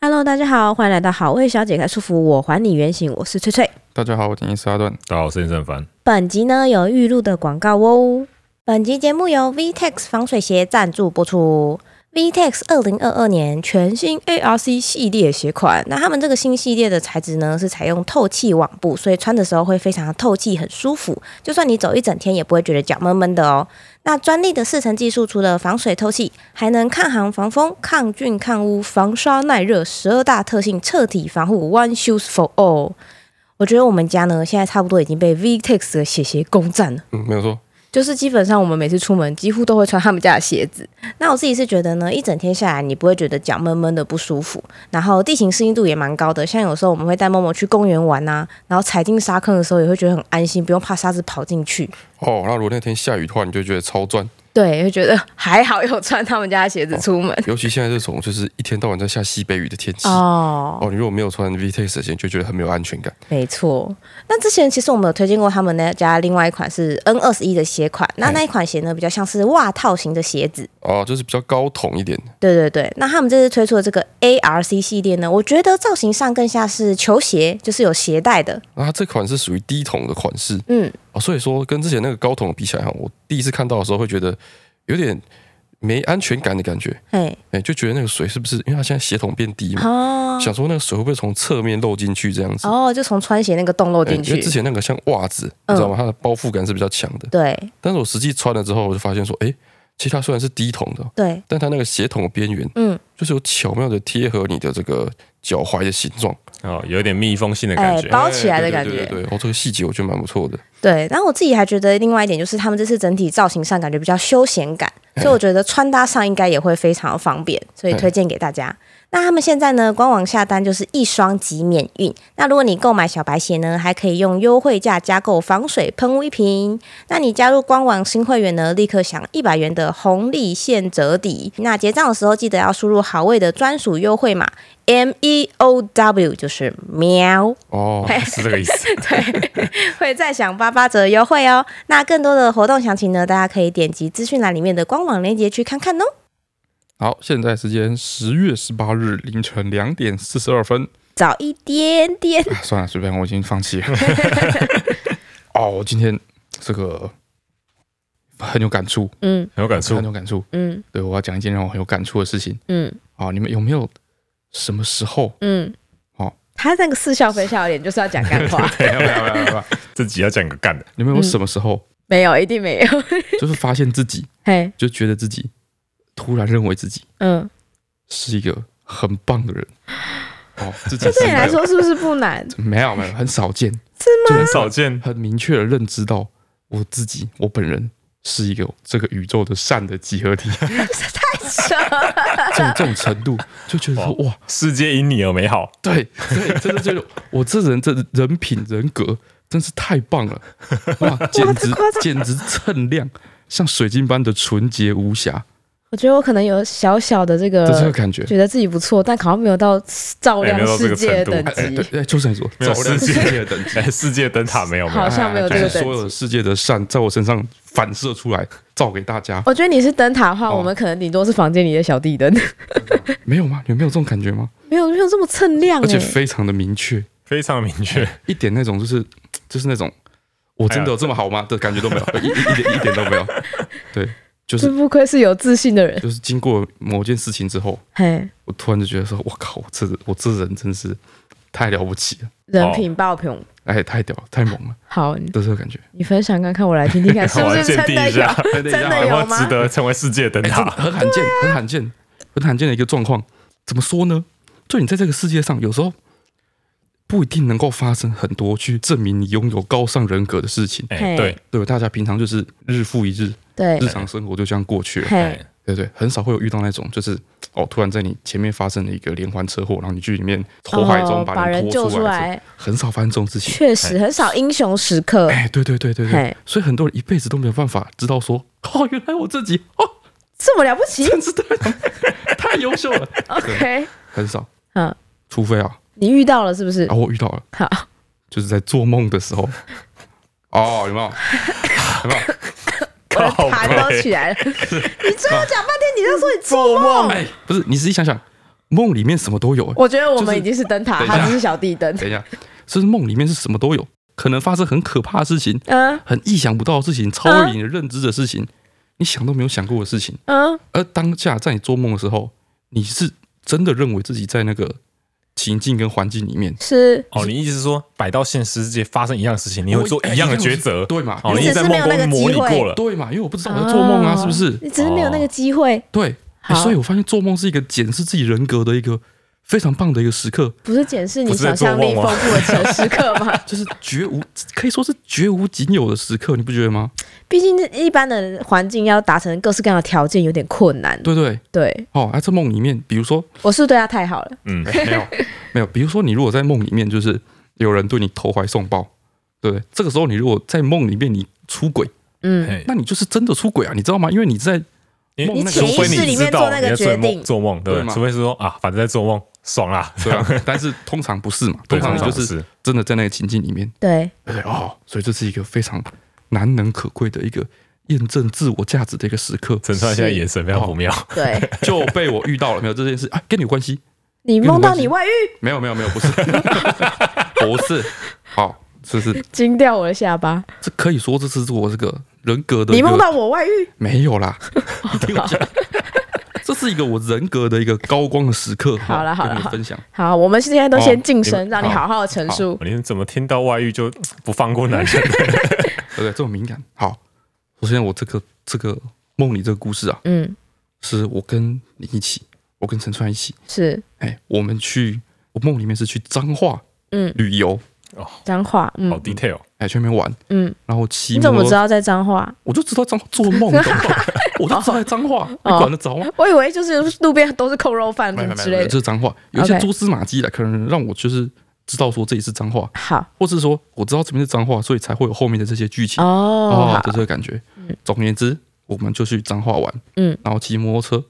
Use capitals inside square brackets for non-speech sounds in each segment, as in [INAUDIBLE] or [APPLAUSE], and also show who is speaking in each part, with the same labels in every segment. Speaker 1: Hello，大家好，欢迎来到好味小姐开束缚，我还你原形，我是翠翠。
Speaker 2: 大家好，我是伊斯阿顿。
Speaker 3: 大家好，我是林正凡。
Speaker 1: 本集呢有预录的广告哦。本集节目由 VTEX 防水鞋赞助播出。VTEX 二零二二年全新 ARC 系列鞋款，那他们这个新系列的材质呢是采用透气网布，所以穿的时候会非常的透气，很舒服。就算你走一整天也不会觉得脚闷闷的哦。那专利的四层技术除了防水透气，还能抗寒、防风、抗菌、抗污、防刷、耐热，十二大特性彻底防护，One Shoes for All。我觉得我们家呢，现在差不多已经被 VTEX 的鞋鞋攻占了。
Speaker 2: 嗯，没有错。
Speaker 1: 就是基本上我们每次出门几乎都会穿他们家的鞋子。那我自己是觉得呢，一整天下来你不会觉得脚闷闷的不舒服，然后地形适应度也蛮高的。像有时候我们会带默默去公园玩啊，然后踩进沙坑的时候也会觉得很安心，不用怕沙子跑进去。
Speaker 2: 哦，那如果那天下雨的话，你就觉得超赚。 [LAUGHS]
Speaker 1: 对，会觉得还好有穿他们家的鞋子出门
Speaker 2: 尤其现在这种就是一天到晚在下西北雨的天气。哦，
Speaker 1: 哦。
Speaker 2: 你如果没有穿 VTEX 的鞋，你就觉得很没有安全感。
Speaker 1: 没错，那之前其实我们有推荐过他们那家另外一款是 N 二十一的鞋款，那
Speaker 2: 嗯
Speaker 1: 那一款鞋呢比较像是袜套型的鞋子，
Speaker 2: 哦，就是比较高筒一点的。
Speaker 1: 对对对，那他们这次推出的这个 ARC 系列呢，我觉得造型上更像是球鞋，就是有鞋带的。
Speaker 2: 那它这款是属于低筒的款式
Speaker 1: 嗯，
Speaker 2: 哦，所以说跟之前那个高筒比起来哈，我第一次看到的时候会觉得有点没安全感的感觉。
Speaker 1: 嘿，
Speaker 2: 哎，就觉得那个水是不是因为它现在鞋筒变低嘛，
Speaker 1: 哦
Speaker 2: 想说那个水会不会从侧面漏进去这样子？
Speaker 1: 哦，就从穿鞋那个洞漏
Speaker 2: 哎
Speaker 1: 进
Speaker 2: 因为之
Speaker 1: 去。
Speaker 2: 前那个像袜子，
Speaker 1: 嗯
Speaker 2: 你知道吗？它的包覆感是比较强的。
Speaker 1: 对
Speaker 2: 但是我实际穿了之后，我就发现说，哎、其实它虽然是低筒的，
Speaker 1: 对，
Speaker 2: 但它那个鞋筒的边缘，
Speaker 1: 嗯，
Speaker 2: 就是有巧妙的贴合你的这个脚踝的形状，
Speaker 3: 哦，有一点密封性的感
Speaker 1: 哎
Speaker 3: 觉，。
Speaker 1: 包起来的
Speaker 2: 哎
Speaker 1: 感
Speaker 2: 对对
Speaker 1: 觉。
Speaker 2: 对对对，哦，这个细节我觉得蛮不错的。
Speaker 1: 对，然后我自己还觉得另外一点就是他们这次整体造型上感觉比较休闲感，所以我觉得穿搭上应该也会非常方便，所以推荐给大家。那他们现在呢，官网下单就是一双即免运。那如果你购买小白鞋呢，还可以用优惠价加购防水喷雾一瓶。那你加入官网新会员呢，立刻享一百元的红利现折抵。那结账的时候记得要输入好味的专属优惠码 M E O W，就是喵。
Speaker 2: 哦，
Speaker 3: 是这个意思。
Speaker 1: 对，会再享八八折优惠哦。那更多的活动详情呢，大家可以点击资讯栏里面的官网链接去看看哦。
Speaker 2: 好，现在时间十月十八日凌晨两点四十二分，
Speaker 1: 早一点点，
Speaker 2: 啊算了，随便，我已经放弃了。哦，我今天这个很有感触，
Speaker 1: 嗯
Speaker 3: 很有感触
Speaker 2: 很。有感触。
Speaker 1: 嗯
Speaker 2: 对，我要讲一件让我很有感触的事情
Speaker 1: 嗯
Speaker 2: 啊、哦！你们有没有什么时候
Speaker 1: 嗯，
Speaker 2: 好
Speaker 1: 他那个似笑非笑的脸就是要讲干话，
Speaker 2: [LAUGHS] 没有没有没有没有，
Speaker 3: 自己要讲个干的，
Speaker 2: [LAUGHS] 你们有没有什么时候
Speaker 1: 没有，一定没有。
Speaker 2: 就是发现自己
Speaker 1: 嘿，
Speaker 2: 就觉得自己突然认为自己
Speaker 1: 嗯，
Speaker 2: 是一个很棒的人，哦，自己
Speaker 1: 这对
Speaker 2: 是
Speaker 1: 你来说是不是不难？
Speaker 2: 没有没有很少见，
Speaker 3: 就很少见。
Speaker 2: 很明确的认知到我自己，我本人是一个这个宇宙的善的集合体，
Speaker 1: [LAUGHS]
Speaker 2: 这种这种程度就觉得说
Speaker 1: 哦
Speaker 2: 哇，
Speaker 3: 世界因你而美好，
Speaker 2: 对对，真的就是我这人这人品人格真是太棒了，哇，简直简直锃亮，像水晶般的纯洁无瑕
Speaker 1: [LAUGHS] 我觉得我可能有小小的这个
Speaker 2: 的这个感觉。
Speaker 1: 觉得自己不错，但好像没有到照亮
Speaker 3: 哎没有到这
Speaker 1: 世
Speaker 3: 个
Speaker 1: 界的
Speaker 3: 程度
Speaker 2: 哎哎
Speaker 1: 等级
Speaker 2: 对，，哎，就是你说，
Speaker 3: 没有
Speaker 2: 照亮
Speaker 3: 世界
Speaker 2: 的等级
Speaker 3: 哎，世界灯塔没有没
Speaker 1: 好
Speaker 3: 有，
Speaker 1: 像没有这个
Speaker 2: 哎就是
Speaker 1: 等
Speaker 2: 所有
Speaker 1: 级。
Speaker 2: 世界的善在我身上反射出来，照给大家，
Speaker 1: 我觉得你是灯塔的话，
Speaker 2: 哦
Speaker 1: 我们可能顶多是房间里的小地灯，
Speaker 2: 没有吗？有没有这种感觉吗？
Speaker 1: 没有没有这么锃亮
Speaker 2: 而且
Speaker 1: 哎、
Speaker 2: 非常的明确，
Speaker 3: 非常明确。
Speaker 2: 一点那种就是就是那种我真的有这么好吗的感觉都没有，
Speaker 1: [LAUGHS]
Speaker 2: 一一一点一点都没有。对，就是
Speaker 1: 这不愧是有自信的人。
Speaker 2: 就是经过某件事情之后，
Speaker 1: 嘿，
Speaker 2: 我突然就觉得说，我靠，我这我这人真是太了不起了，
Speaker 1: 人品爆棚。
Speaker 2: 哎，太屌了，太猛了，
Speaker 1: 好，你
Speaker 2: 的这个感觉。
Speaker 1: [LAUGHS] 你分享看看，我来听听看，是
Speaker 3: 好
Speaker 1: 不
Speaker 3: [LAUGHS] 我来
Speaker 1: 是
Speaker 3: 鉴
Speaker 1: 真
Speaker 3: 定
Speaker 1: 的
Speaker 3: 一下
Speaker 1: 有？
Speaker 2: 哎等一
Speaker 1: 真
Speaker 2: 下
Speaker 1: 的
Speaker 3: 有没有
Speaker 1: 有吗
Speaker 3: 值得成为世界灯
Speaker 2: 哎，这
Speaker 3: 塔？
Speaker 2: 很罕见，
Speaker 1: 啊
Speaker 2: 很罕见，很罕见的一个状况。怎么说呢？就你在这个世界上，有时候不一定能够发生很多去证明你拥有高尚人格的事情，
Speaker 3: 哎，对，
Speaker 2: 对吧？大家平常就是日复一日，
Speaker 1: 对
Speaker 2: 日，常生活就这样过去了，
Speaker 1: 嘿，
Speaker 3: 哎，
Speaker 2: 对对，很少会有遇到那种就是哦，突然在你前面发生了一个连环车祸，然后你去里面火海中
Speaker 1: 哦把
Speaker 2: 人
Speaker 1: 人救
Speaker 2: 拖出来，
Speaker 1: 来，
Speaker 2: 很少发生这种事情。
Speaker 1: 确实很少英雄时刻。
Speaker 2: 哎，对对对对对
Speaker 1: 嘿，
Speaker 2: 所以很多人一辈子都没有办法知道说，哦，原来我自己哦，
Speaker 1: 这么了不
Speaker 4: [LAUGHS]
Speaker 1: 起
Speaker 2: 真是太
Speaker 1: [LAUGHS]
Speaker 2: 太优秀了，
Speaker 1: ？OK，
Speaker 2: 很少，
Speaker 1: 嗯，
Speaker 2: 除非啊，
Speaker 1: 你遇到了是不是
Speaker 2: 然？后我遇到了，
Speaker 1: 好，
Speaker 2: 就是在做梦的时候，哦，有没有？有没有？
Speaker 1: 可能
Speaker 3: 靠
Speaker 1: 痰
Speaker 3: 背
Speaker 1: 都起来了。你最后讲半天，你就说你做
Speaker 3: 做梦
Speaker 2: 哎，不是，你仔细想想，梦里面什么都有、哎
Speaker 4: 我觉得我
Speaker 2: 就
Speaker 4: 们
Speaker 2: 是
Speaker 4: 已经是灯塔，
Speaker 2: 等一
Speaker 4: 他
Speaker 2: 下
Speaker 4: 只是小地灯。
Speaker 2: 等一下，就是梦里面是什么都有，可能发生很可怕的事情，
Speaker 4: 嗯
Speaker 2: 很意想不到的事情，超越你的认知的事情，你想都没有想过的事情。
Speaker 4: 嗯，
Speaker 2: 而当下在你做梦的时候，你是真的认为自己在那个情境跟环境里面，
Speaker 4: 是
Speaker 3: 哦，你意思是说摆到现实世界发生一样的事情，你会做
Speaker 2: 我
Speaker 3: 一样的抉择？
Speaker 2: 对嘛？
Speaker 3: 哦，
Speaker 2: 因
Speaker 3: 你
Speaker 2: 为
Speaker 3: 已经在梦中模拟过了，
Speaker 2: 对嘛？因为我不知道我在做梦啊，是不是？
Speaker 4: 你只是没有那个机会，
Speaker 2: 对，哎
Speaker 4: 好
Speaker 2: 所以我发现做梦是一个检视自己人格的一个非常棒的一个时 [LAUGHS] 刻，
Speaker 4: 不是检视你
Speaker 3: 不是在
Speaker 4: 想
Speaker 3: 做
Speaker 4: 象
Speaker 3: 梦
Speaker 4: 力
Speaker 3: 吗
Speaker 4: 丰富的求时刻
Speaker 2: [LAUGHS]
Speaker 4: 吗？
Speaker 2: 就是绝无可以说是绝无仅有的时刻，你不觉得吗？
Speaker 4: 毕竟一般的环境要达成各式各样的条件有点困难。
Speaker 2: [LAUGHS] 对不对，
Speaker 4: 对，
Speaker 2: 哦，啊，在梦里面，比如说
Speaker 4: 我是不是对他太好了，
Speaker 3: [LAUGHS] 嗯，
Speaker 2: 没有没有，比如说你如果在梦里面就是有人对你投怀送抱，对不对？这个时候你如果在梦里面你出轨，
Speaker 4: 嗯，
Speaker 3: 嘿
Speaker 2: 那你就是真的出轨啊，你知道吗？因为你在
Speaker 3: 哎因为
Speaker 2: 梦那个
Speaker 3: 除非
Speaker 4: 潜意识里
Speaker 3: 你
Speaker 4: 面
Speaker 3: 知
Speaker 4: 做
Speaker 3: 道
Speaker 4: 那
Speaker 3: 你
Speaker 4: 个
Speaker 3: 在做
Speaker 4: 决定
Speaker 3: 梦，做梦对
Speaker 2: 对嘛
Speaker 3: 吧，除非是说啊，反正在做梦，爽啦，
Speaker 2: 对 [LAUGHS] 啊，但是通常不是嘛，[LAUGHS]
Speaker 3: 对
Speaker 2: 通常
Speaker 3: 通
Speaker 2: 你
Speaker 3: 常
Speaker 2: 就
Speaker 3: 不
Speaker 2: 是
Speaker 3: 是
Speaker 2: 真的在那个情境里面，
Speaker 4: 对，
Speaker 2: 对不对？哦，所以这是一个非常难能可贵的一个验证自我价值的一个时刻，
Speaker 3: 陈川现在眼神
Speaker 2: 哦
Speaker 3: 非常不妙， [LAUGHS]
Speaker 4: 对，
Speaker 2: 就被我遇到了，没有这件事啊，跟你有关系？
Speaker 4: 你梦到你外遇，
Speaker 2: 没有没有没有，不是 [LAUGHS] 不是，好，是是，
Speaker 4: 惊掉我的下巴，
Speaker 2: 这可以说这是我这个人格的一
Speaker 4: 你
Speaker 2: 个
Speaker 4: 梦到我外遇，
Speaker 2: 没有
Speaker 4: [LAUGHS]
Speaker 2: 啦，你听我讲，这是一个我人格的一个高光的时刻。
Speaker 4: 好啦好啦
Speaker 2: 跟你们分享。
Speaker 4: 好，我们现在都先
Speaker 2: 哦
Speaker 4: 晋
Speaker 2: 你
Speaker 4: 升，
Speaker 2: 们
Speaker 4: 让你
Speaker 2: 好
Speaker 4: 好好的陈述。
Speaker 3: 你怎么听到外遇就不放过男人？
Speaker 2: 对不对？这么敏感。好，首先我这个这个梦里这个故事啊，
Speaker 4: 嗯，
Speaker 2: 是我跟你一起，我跟陈川一起，
Speaker 4: 是
Speaker 2: 哎，我们去，我梦里面是去彰化，
Speaker 4: 嗯，
Speaker 2: 旅游，
Speaker 4: 脏话，
Speaker 3: 好
Speaker 4: 嗯
Speaker 3: detail，
Speaker 2: 哎，去那边玩，
Speaker 4: 嗯，
Speaker 2: 然后骑
Speaker 4: 你
Speaker 2: 摩
Speaker 4: 怎么
Speaker 2: 托
Speaker 4: 知，道在脏话？
Speaker 2: 我就知道彰做
Speaker 4: [LAUGHS]
Speaker 2: 梦，你懂吗 [LAUGHS] 我就知道在彰化，你
Speaker 4: 哦
Speaker 2: 管得着吗？
Speaker 4: 我以为就是路边都是扣肉饭
Speaker 2: 没有没有
Speaker 4: 之
Speaker 2: 没有，
Speaker 4: 类
Speaker 2: 这
Speaker 4: 的。
Speaker 2: 是彰化，有一些
Speaker 4: OK
Speaker 2: 蛛丝马迹的，可能让我就是知道说这里是彰化，
Speaker 4: 好
Speaker 2: 或是说我知道这边是脏话，所以才会有后面的这些剧情
Speaker 4: 哦，好
Speaker 2: 就这个感觉。总而言之，我们就去彰化玩，
Speaker 4: 嗯，
Speaker 2: 然后骑摩托车，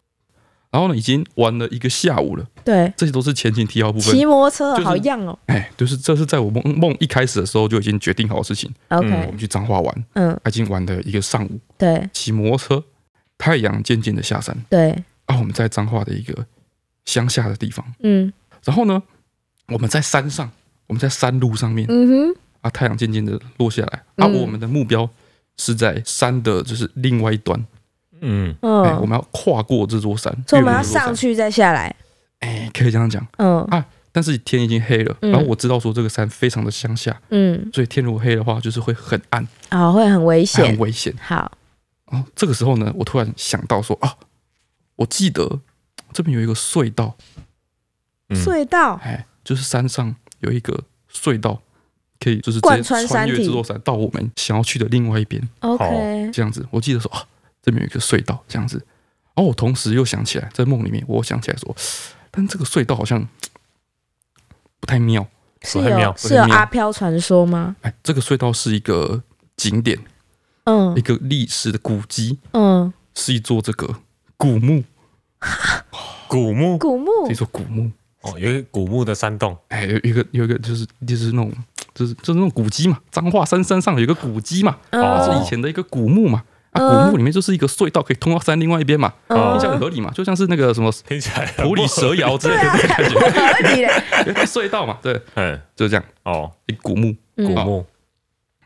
Speaker 2: 然后呢已经玩了一个下午了，
Speaker 4: 对，
Speaker 2: 这些都是前情提要部
Speaker 4: 骑
Speaker 2: 分。
Speaker 4: 摩托车
Speaker 2: 就是
Speaker 4: 好样哦。
Speaker 2: 哎，就是这是在我梦梦一开始的时候就已经决定好的事情，我
Speaker 4: OK，
Speaker 2: 们去彰化玩，啊
Speaker 4: 嗯，
Speaker 2: 已经玩了一个上午，
Speaker 4: 对
Speaker 2: 骑摩托车，太阳渐渐的下山，
Speaker 4: 对，
Speaker 2: 啊，我们在彰化的一个乡下的地方，
Speaker 4: 嗯
Speaker 2: 然后呢，我们在山上，我们在山路上面，
Speaker 4: 嗯哼，
Speaker 2: 啊，太阳渐渐的落下来，啊，
Speaker 4: 嗯
Speaker 2: 我们的目标是在山的，就是另外一端，
Speaker 3: 嗯，
Speaker 2: 哎，我
Speaker 4: 嗯，
Speaker 2: 们要跨过这座山，
Speaker 4: 所以我
Speaker 2: 越
Speaker 4: 们
Speaker 2: 过
Speaker 4: 要
Speaker 2: 这座山
Speaker 4: 上，去再下来。
Speaker 2: 哎，可以这样讲。
Speaker 4: 嗯
Speaker 2: 但是天已经黑了，
Speaker 4: 嗯
Speaker 2: 然后我知道说这个山非常的乡下，
Speaker 4: 嗯，
Speaker 2: 所以天如果黑的话，就是会很暗，
Speaker 4: 好，会很危
Speaker 2: 还很
Speaker 4: 险。
Speaker 2: 危险。
Speaker 4: 好，
Speaker 2: 哦，这个时候呢，我突然想到说，啊，我记得这边有一个隧道，
Speaker 3: 嗯
Speaker 4: 隧道
Speaker 2: 哎，就是山上有一个隧道，可以就是直接
Speaker 4: 贯穿山
Speaker 2: 穿越
Speaker 4: 体
Speaker 2: 这座山到我们想要去的另外一边。
Speaker 4: ，OK，
Speaker 2: 这样子。我记得说啊，这边有一个隧道这样子。然后我同时又想起来，在梦里面我想起来说，但这个隧道好像嘖不太妙。
Speaker 4: 是
Speaker 3: 我很
Speaker 4: 有
Speaker 3: 妙
Speaker 4: 是有
Speaker 2: 我很妙
Speaker 4: 阿飘传说吗？
Speaker 2: 哎，这个隧道是一个景点，
Speaker 4: 嗯
Speaker 2: 一个历史的古迹，
Speaker 4: 嗯，
Speaker 2: 是一座这个古墓，
Speaker 3: 古墓
Speaker 4: 古墓
Speaker 2: 是一座古墓。
Speaker 3: 哦，有一个古墓的山洞， [LAUGHS]
Speaker 2: 哎，有一个有一个就是就是那种嘖就是就是那种古迹嘛，彰化山山上有一个古迹嘛，
Speaker 3: 哦
Speaker 2: 是以前的一个古墓嘛。啊，
Speaker 4: 嗯
Speaker 2: 古墓里面就是一个隧道，可以通到山另外一边嘛，
Speaker 4: 嗯
Speaker 2: 听起来很合理嘛，就像是那个什么
Speaker 3: 听起来很
Speaker 2: 普里
Speaker 3: 不
Speaker 2: 蛇窑之类的感觉， [LAUGHS]
Speaker 4: 合理嘞。
Speaker 2: 有一个隧道嘛，对，
Speaker 3: 嗯，
Speaker 2: 就是这样，
Speaker 3: 哦，
Speaker 2: 一古墓，
Speaker 3: 古
Speaker 2: 嗯
Speaker 3: 墓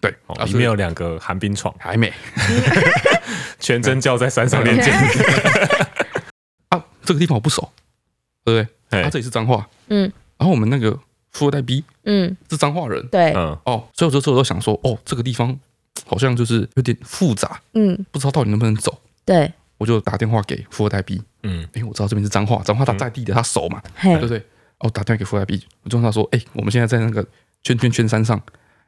Speaker 2: 对，
Speaker 3: 哦
Speaker 2: 啊
Speaker 3: 里
Speaker 2: 所以
Speaker 3: 面有两个寒冰床，
Speaker 2: 还没
Speaker 3: 全真教在山
Speaker 2: 嗯
Speaker 3: 上练剑，
Speaker 2: [LAUGHS] 啊，这个地方我不熟，对不对？
Speaker 3: 嘿
Speaker 2: 啊，这里是彰化，
Speaker 4: 嗯
Speaker 2: 然后我们那个富二代 B
Speaker 4: 嗯，
Speaker 2: 是彰化人
Speaker 4: 对，
Speaker 3: 嗯，
Speaker 2: 哦，所以我这时候都想说，哦，这个地方好像就是有点复杂，
Speaker 4: 嗯
Speaker 2: 不知道到底能不能走，
Speaker 4: 对，
Speaker 2: 我就打电话给富二代 B，
Speaker 3: 嗯，
Speaker 2: 因为我知道这边是彰化，彰化他
Speaker 3: 嗯
Speaker 2: 在地的他熟嘛，
Speaker 4: 嘿
Speaker 2: 对不，对？哦，打电话给富二代 B，我就问他说，哎，我们现在在那个圈圈圈山上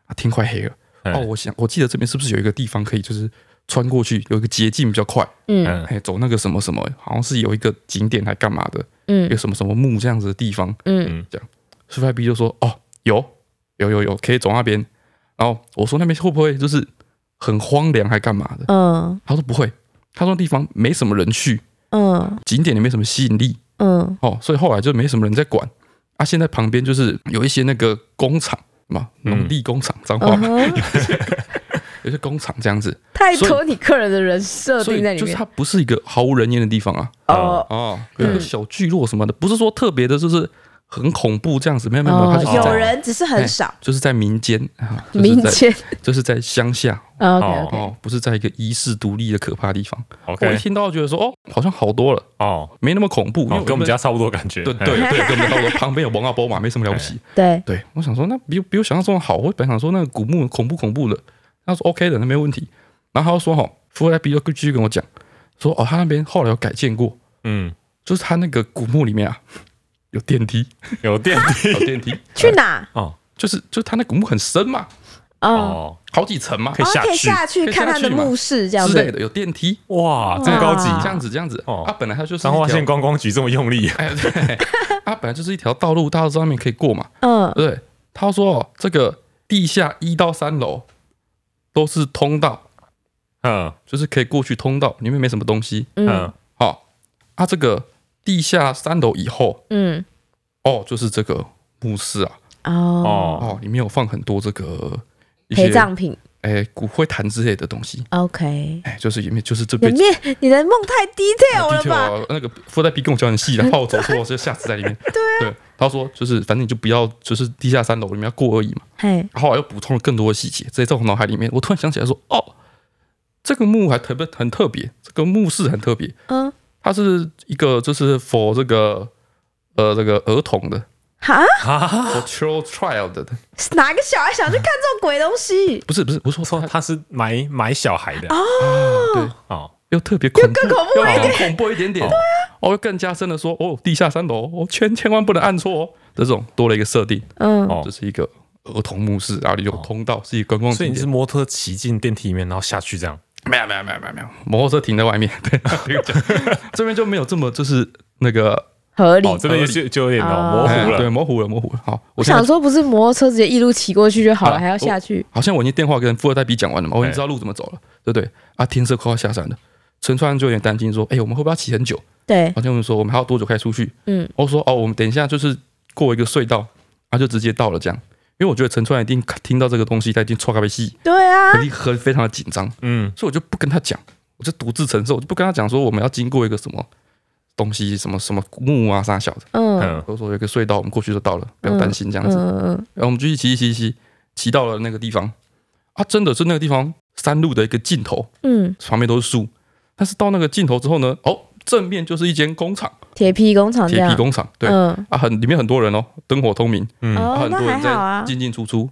Speaker 2: 啊，天快黑了，
Speaker 4: 哎
Speaker 2: 哦，
Speaker 3: 嗯，
Speaker 2: 我想我记得这边是不是有一个地方可以就是穿过去，有一个捷径比较快。
Speaker 4: 嗯
Speaker 3: 嗯，
Speaker 2: 哎，走那个什么什么，好像是有一个景点还干嘛的，一个
Speaker 4: 嗯
Speaker 2: 什么什么墓这样子的地方。
Speaker 4: 嗯
Speaker 2: 苏派 B 就说：“哦，有，有有有，可以走那边。”然后我说：“那边会不会就是很荒凉，还干嘛的
Speaker 4: 嗯？”
Speaker 2: 他说：“不会，他说那地方没什么人去，
Speaker 4: 嗯
Speaker 2: 景点也没什么吸引力
Speaker 4: 嗯，
Speaker 2: 哦，所以后来就没什么人在管。啊，现在旁边就是有一些那个工厂嘛，
Speaker 3: 嗯
Speaker 2: [LAUGHS] 农地工厂，脏话
Speaker 4: 嗯哼，
Speaker 2: 有些工厂这样子，
Speaker 4: 太
Speaker 2: 所
Speaker 4: 多你个人的人设
Speaker 2: 所
Speaker 4: 定在
Speaker 2: 以
Speaker 4: 里
Speaker 2: 就是
Speaker 4: 面
Speaker 2: 它不是一个毫无人烟的地方啊。
Speaker 4: 哦。
Speaker 2: 哦，有个小聚落什么的，不是说特别的，就是很恐怖这样呃子，没有没有，没
Speaker 4: 哦
Speaker 2: 它就是
Speaker 4: 有
Speaker 2: 在
Speaker 4: 人只是很少，
Speaker 2: 就是在民间啊，就是
Speaker 4: 民
Speaker 2: 在
Speaker 4: [LAUGHS] 间。
Speaker 2: 就是在乡下
Speaker 4: OK OK，
Speaker 2: 哦，不是在一个遗世独立的可怕地方。我一
Speaker 3: OK，
Speaker 2: 听到觉得说，哦，好像好多了，
Speaker 3: 哦，
Speaker 2: 没那么恐怖，因为
Speaker 3: 哦跟我们家差不多感觉。嗯
Speaker 2: 对
Speaker 3: [LAUGHS]
Speaker 2: 对对，跟我们差不多。旁边有王阿波嘛，没什么了不
Speaker 3: 哎
Speaker 2: 起。
Speaker 4: 对，
Speaker 2: 对，我想说那比比我想象中的好，我本来想说那个古墓恐怖恐怖的，他说 OK 的，那没问题。然后他又说哈，福莱比又继续跟我讲说哦，他那边后来有改建过，
Speaker 3: 嗯，
Speaker 2: 就是他那个古墓里面啊有电梯，
Speaker 3: 有电梯
Speaker 2: 有
Speaker 4: [LAUGHS]
Speaker 2: 电梯，
Speaker 4: 去哪？
Speaker 3: 哦
Speaker 2: 就是就是他那古墓很深嘛，
Speaker 4: 哦，
Speaker 3: 哦，
Speaker 2: 好几层嘛
Speaker 3: 可以
Speaker 4: 哦
Speaker 3: 下
Speaker 4: 可以
Speaker 3: 去
Speaker 4: 下去
Speaker 2: 可以
Speaker 4: 看
Speaker 2: 下
Speaker 4: 他的
Speaker 2: 去嘛
Speaker 4: 墓室这样
Speaker 2: 之类
Speaker 4: 子。
Speaker 2: 的，有电梯，
Speaker 3: 哇，这么高级，
Speaker 2: 这样子这样子。
Speaker 3: 哦
Speaker 2: 啊，本来他就是
Speaker 3: 彰化
Speaker 2: 一条
Speaker 3: 县观光局这么用力，
Speaker 2: 哎， [LAUGHS] 对，它本来就是一条道路，大家都知道那边可以过嘛。
Speaker 4: 嗯，
Speaker 2: 对，他说、哦、这个地下一到三楼都是通道，
Speaker 3: 嗯
Speaker 2: 就是可以过去通道，里面没什么东西。
Speaker 4: 嗯
Speaker 3: 嗯，
Speaker 2: 好、哦，啊，这个地下三楼以后，
Speaker 4: 嗯，
Speaker 2: 哦，就是这个墓室啊，
Speaker 4: 哦，
Speaker 3: 哦，
Speaker 2: 哦，里面有放很多这个一些
Speaker 4: 陪葬品
Speaker 2: 哎骨灰坛之类的东西，
Speaker 4: ，OK。
Speaker 2: 哎，就是里面就是这
Speaker 4: 里
Speaker 2: 辈子。
Speaker 4: 面你的梦太 detail 了
Speaker 2: detail
Speaker 4: 吧？
Speaker 2: 啊，那个附带 B 跟我讲很细的，怕我走错，我就吓死在里
Speaker 4: [LAUGHS]
Speaker 2: 面。
Speaker 4: 啊
Speaker 2: 对，他说就是反正你就不要，就是地下三楼里面要过而已嘛。
Speaker 4: 嘿，
Speaker 2: 然后又补充了更多的细节，这些在我脑海里面，我突然想起来说，哦，这个墓还特别很特别，这个墓室很特别，
Speaker 4: 嗯，
Speaker 2: 它是一个就是 for 这个呃这个儿童的
Speaker 4: 哈，
Speaker 2: for child child 的，
Speaker 4: [LAUGHS] 哪个小孩想去看这种鬼东西？
Speaker 2: 不是不是，我说
Speaker 3: 说
Speaker 2: 错，它
Speaker 3: 他是买买小孩的
Speaker 2: 对，
Speaker 3: 哦，
Speaker 2: 又特别恐怖，
Speaker 4: 更恐怖啊
Speaker 2: 又
Speaker 4: 一
Speaker 2: 更恐怖一点点，哦，又更加深的说，哦，地下三楼，哦，千千万不能按错哦，这种多了一个设定，
Speaker 4: 嗯，
Speaker 3: 哦
Speaker 2: 这是一个儿童墓室，然后有通道，是一个观光
Speaker 3: 所以
Speaker 2: 景
Speaker 3: 你
Speaker 2: 点
Speaker 3: 是。摩托骑进电梯里面，然后下去这样。
Speaker 2: 没有没有没有没有没有，摩托车停在外面， [LAUGHS] 对， [LAUGHS] 这个讲这边就没有这么就是那个
Speaker 4: 合理。
Speaker 3: [LAUGHS] 哦，这边就就有点
Speaker 4: 啊
Speaker 3: 哦模糊
Speaker 2: 哎对，
Speaker 3: 了。
Speaker 2: 模糊了模糊了。好，我
Speaker 4: 我
Speaker 2: 现
Speaker 4: 想
Speaker 2: 在
Speaker 4: 说，不是摩托车直接一路骑过去就好了，
Speaker 2: 好
Speaker 4: 还要下去？
Speaker 2: 好像我已经电话跟富二代比讲完了嘛，我已经哦知道路怎么走了，对不对？啊，天色快要下山了，陈川就有点担心说，哎，我们会不会要骑很久？
Speaker 4: [LAUGHS] 对，
Speaker 2: 好像我们说我们还要多久可以出去？
Speaker 4: 嗯，
Speaker 2: 我说哦，我们等一下就是过一个隧道，啊，就直接到了这样。因为我觉得陈川一定听到这个东西，他一定戳开被戏，
Speaker 4: 对啊，
Speaker 2: 肯定很非常的紧张。
Speaker 3: 嗯，
Speaker 2: 所以我就不跟他讲，我就独自承受，我就不跟他讲说我们要经过一个什么东西，什么什么木啊啥小的，
Speaker 4: 嗯
Speaker 3: 嗯，
Speaker 2: 我说有一个隧道，我们过去就到了，不要担心这样
Speaker 4: 嗯
Speaker 2: 子。
Speaker 4: 嗯
Speaker 2: 然后我们继续骑骑骑骑，骑到了那个地方啊，真的是那个地方山路的一个尽头，
Speaker 4: 嗯，
Speaker 2: 旁边都是树，但是到那个尽头之后呢，哦，正面就是一间工厂，
Speaker 4: 铁皮工厂哦这
Speaker 2: 铁
Speaker 4: 样
Speaker 2: 皮，工厂，对。
Speaker 4: 嗯，
Speaker 2: 啊，很里面很多人哦，灯火通明，
Speaker 3: 嗯
Speaker 2: 啊
Speaker 4: 哦
Speaker 2: 很，
Speaker 4: 那
Speaker 2: 多
Speaker 4: 还
Speaker 2: 人
Speaker 4: 好啊
Speaker 2: 在，进进出出。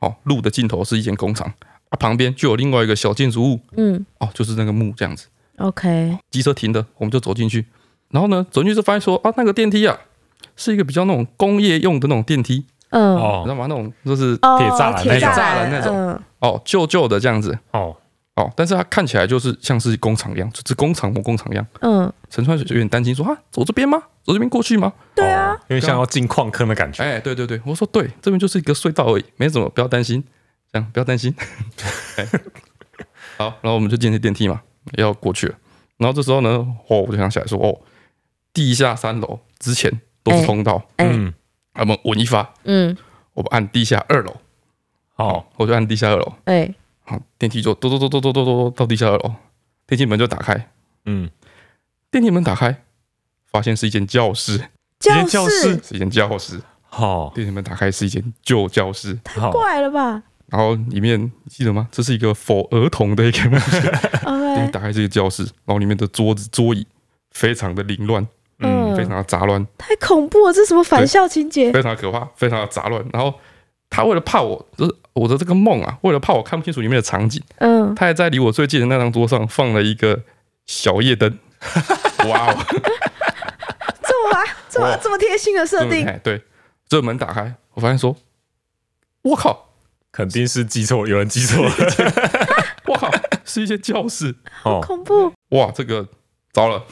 Speaker 2: 哦，路的尽头是一间工厂，啊，旁边就有另外一个小建筑物，
Speaker 4: 嗯
Speaker 2: 哦，就是那个墓这样子。
Speaker 4: ，OK，
Speaker 2: 机车停的，我们就走进去。然后呢，走进去就发现说啊，那个电梯啊，是一个比较那种工业用的那种电梯，
Speaker 4: 嗯，
Speaker 2: 你知
Speaker 3: 哦
Speaker 2: 道吗？那种就是
Speaker 4: 哦
Speaker 3: 铁栅栏
Speaker 4: 铁
Speaker 2: 那种
Speaker 4: 栏
Speaker 2: 铁栅栏那种
Speaker 4: 嗯
Speaker 2: 哦旧旧的这样子
Speaker 3: 哦，
Speaker 2: 哦，但是它看起来就是像是工厂一样，就是工厂模工厂一样。
Speaker 4: 嗯，
Speaker 2: 陈川水就有点担心说啊，走这边吗？走这边过去吗？
Speaker 3: 对啊，因为像要进矿坑的感觉。
Speaker 2: 哎，对对对，我说对，这边就是一个隧道而已，没什么，不要担心，这样不要担心。 [LAUGHS] 哎好，然后我们就进去电梯嘛，要过去了。然后这时候呢，哦，我就想起来说，哦，地下三楼之前都是通道，
Speaker 4: 哎
Speaker 3: 嗯，
Speaker 2: 啊我们闻一发，
Speaker 4: 嗯，
Speaker 2: 我们按地下二楼，
Speaker 3: 哦，
Speaker 2: 我就按地下二楼，
Speaker 4: 哎，
Speaker 2: 好，电梯就嘟嘟嘟嘟嘟嘟嘟嘟到地下二楼，电梯门就打开，
Speaker 3: 嗯，
Speaker 2: 电梯门打开，发现是一间教室，
Speaker 3: 间
Speaker 4: 教
Speaker 3: 教
Speaker 4: 室
Speaker 3: 室
Speaker 2: 是一间教室，
Speaker 3: 好，
Speaker 2: 电梯门打开是一间旧教室，
Speaker 3: 好，
Speaker 4: 怪了吧
Speaker 2: 然后里面你记得吗？这是一个否儿童的一个电梯 [LAUGHS]
Speaker 4: ？OK，
Speaker 2: 打开是一个教室，然后里面的桌子桌椅非常的凌乱，
Speaker 4: 嗯
Speaker 2: 非常的杂乱，
Speaker 4: 太恐怖了，这什么反校情节？
Speaker 2: 非常的可怕，非常的杂乱，然后。他为了怕我，就是我的这个梦啊，为了怕我看不清楚里面的场景，
Speaker 4: 嗯，
Speaker 2: 他还在离我最近的那张桌上放了一个小夜
Speaker 4: [LAUGHS]
Speaker 2: 灯。哇哦，
Speaker 4: 这么啊这么这么贴心的设定，
Speaker 2: 哎对，这门打开，我发现说，我靠，
Speaker 3: 肯定是记错，有人记错了。
Speaker 2: 我靠，是一间教室。
Speaker 3: 哦，
Speaker 4: 恐怖。
Speaker 2: 哇，这个糟了，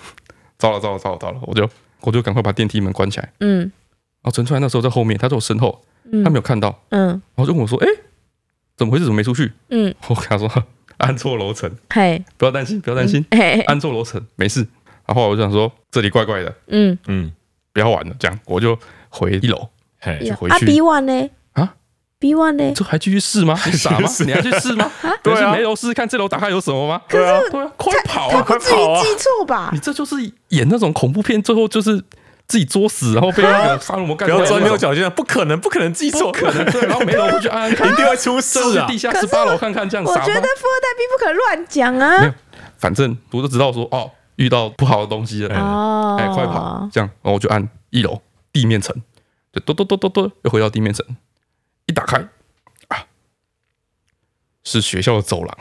Speaker 2: 糟了，糟了，糟了，糟了！我就我就赶快把电梯门关起来。
Speaker 4: 嗯
Speaker 2: 然后陈川那时候在后面，他在我身后，
Speaker 4: 嗯，
Speaker 2: 他没有看到，
Speaker 4: 嗯
Speaker 2: 然后就问我说：“哎、怎么回事？怎么没出去 [LAUGHS]
Speaker 4: 嗯，？”
Speaker 2: 我跟他说：“按错楼层，
Speaker 4: 嘿，
Speaker 2: 不要担心，不要担心，啊
Speaker 4: 嘿，
Speaker 2: 按错楼层没事。”然后我就想说：“这里怪怪的，
Speaker 4: 嗯，
Speaker 3: 嗯，
Speaker 2: 不要玩了。”这样我就回一楼
Speaker 3: 嘿，
Speaker 2: 就回
Speaker 4: 啊
Speaker 2: 去
Speaker 4: ，B one 呢？
Speaker 2: 啊。
Speaker 4: B one 呢？
Speaker 2: 这还继续试吗？你
Speaker 4: [LAUGHS]
Speaker 2: 傻吗？
Speaker 3: 试
Speaker 2: 你还去试吗？
Speaker 3: 对啊
Speaker 2: 你还去没楼试试看这楼打开有什么吗？
Speaker 3: 对啊，
Speaker 2: 对啊，快跑
Speaker 4: 他
Speaker 2: 啊！
Speaker 4: 不至于记错吧
Speaker 2: 你？这就是演那种恐怖片，最后就是自己作死，然后被那个杀人魔干
Speaker 3: 不
Speaker 2: 掉
Speaker 3: 要
Speaker 2: 那种，
Speaker 3: 钻牛角尖，不可能，不可能记
Speaker 2: 不
Speaker 3: 错，
Speaker 2: 可能，对，然后没楼过去按按哎看
Speaker 3: 一，定会出
Speaker 2: 这
Speaker 3: 事
Speaker 2: 是
Speaker 3: 啊
Speaker 2: 地！下十八楼看看这样
Speaker 4: 我
Speaker 2: 傻
Speaker 4: 觉得富二
Speaker 2: 吗？
Speaker 4: 代并不可能乱讲
Speaker 2: 没有
Speaker 4: 啊。
Speaker 2: 反正我就知道说哦，遇到不好的东西了，
Speaker 4: 哦，
Speaker 2: 哎，快跑！这样，然后我就按一楼地面层，就嘟嘟嘟嘟嘟，又回到地面层，一打开啊，是学校的走廊，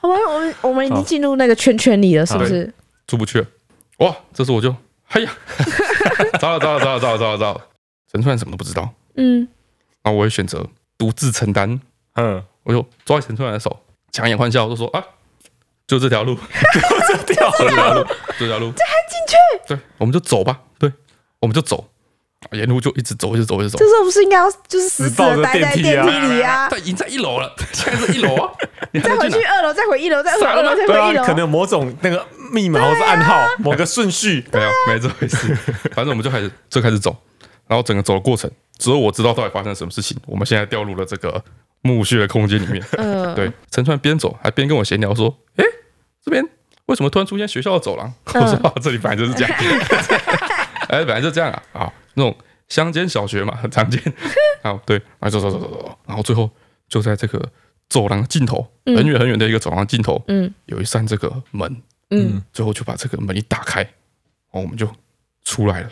Speaker 4: 我们我们我们已经进入那个圈圈里了，是不是？
Speaker 2: 出不去了。哇，这时我就，哎呀， [LAUGHS] 糟了糟了糟了糟了糟了糟了！陈川什么都不知道，
Speaker 4: 嗯，
Speaker 2: 然后我会选择独自承担。
Speaker 3: 嗯，
Speaker 2: 我就抓起陈川的手，强颜欢笑，我就说啊，就这条路，
Speaker 3: 掉
Speaker 2: 就这
Speaker 3: 了，
Speaker 2: 条路，就这条路，这还进去？对，我们就走吧，对，我们就走，沿路就一直走，一直走，一直走
Speaker 4: 这。时候不是应该要就是死死
Speaker 3: 死抱
Speaker 4: 的待在
Speaker 3: 着电
Speaker 4: 电
Speaker 3: 梯啊
Speaker 4: 梯里啊？
Speaker 2: 但已经在一楼了， [LAUGHS] 现在是一楼啊，你还
Speaker 4: 再
Speaker 2: 能
Speaker 4: 回
Speaker 2: 去
Speaker 4: 去
Speaker 2: 哪？
Speaker 4: 二楼，再回一楼，再回
Speaker 2: 傻
Speaker 4: 二
Speaker 2: 了
Speaker 4: 楼，
Speaker 2: 吗
Speaker 4: 再
Speaker 3: 对
Speaker 4: 回
Speaker 3: 啊
Speaker 4: 一，楼。
Speaker 3: 可能有某种那个密码或是暗号，某个顺序，
Speaker 2: 没有，没这回事。 [LAUGHS] 反正我们就开始就开始走，然后整个走的过程，只有我知道到底发生了什么事情。我们现在掉入了这个墓穴的空间里面。
Speaker 4: 嗯，
Speaker 2: 对，陈川边走还边跟我闲聊说：“诶，这边为什么突然出现学校的走廊？”我说：“啊，这里本来就是这样，哎，本来就这样啊，啊，那种乡间小学嘛，很常见。好，对，啊，走走走走走，然后最后就在这个走廊尽头，
Speaker 4: 嗯
Speaker 2: 很远很远的一个走廊尽头，
Speaker 4: 嗯
Speaker 2: 有一扇这个门，
Speaker 4: 嗯，
Speaker 2: 最后就把这个门一打开，哦，我们就出来了，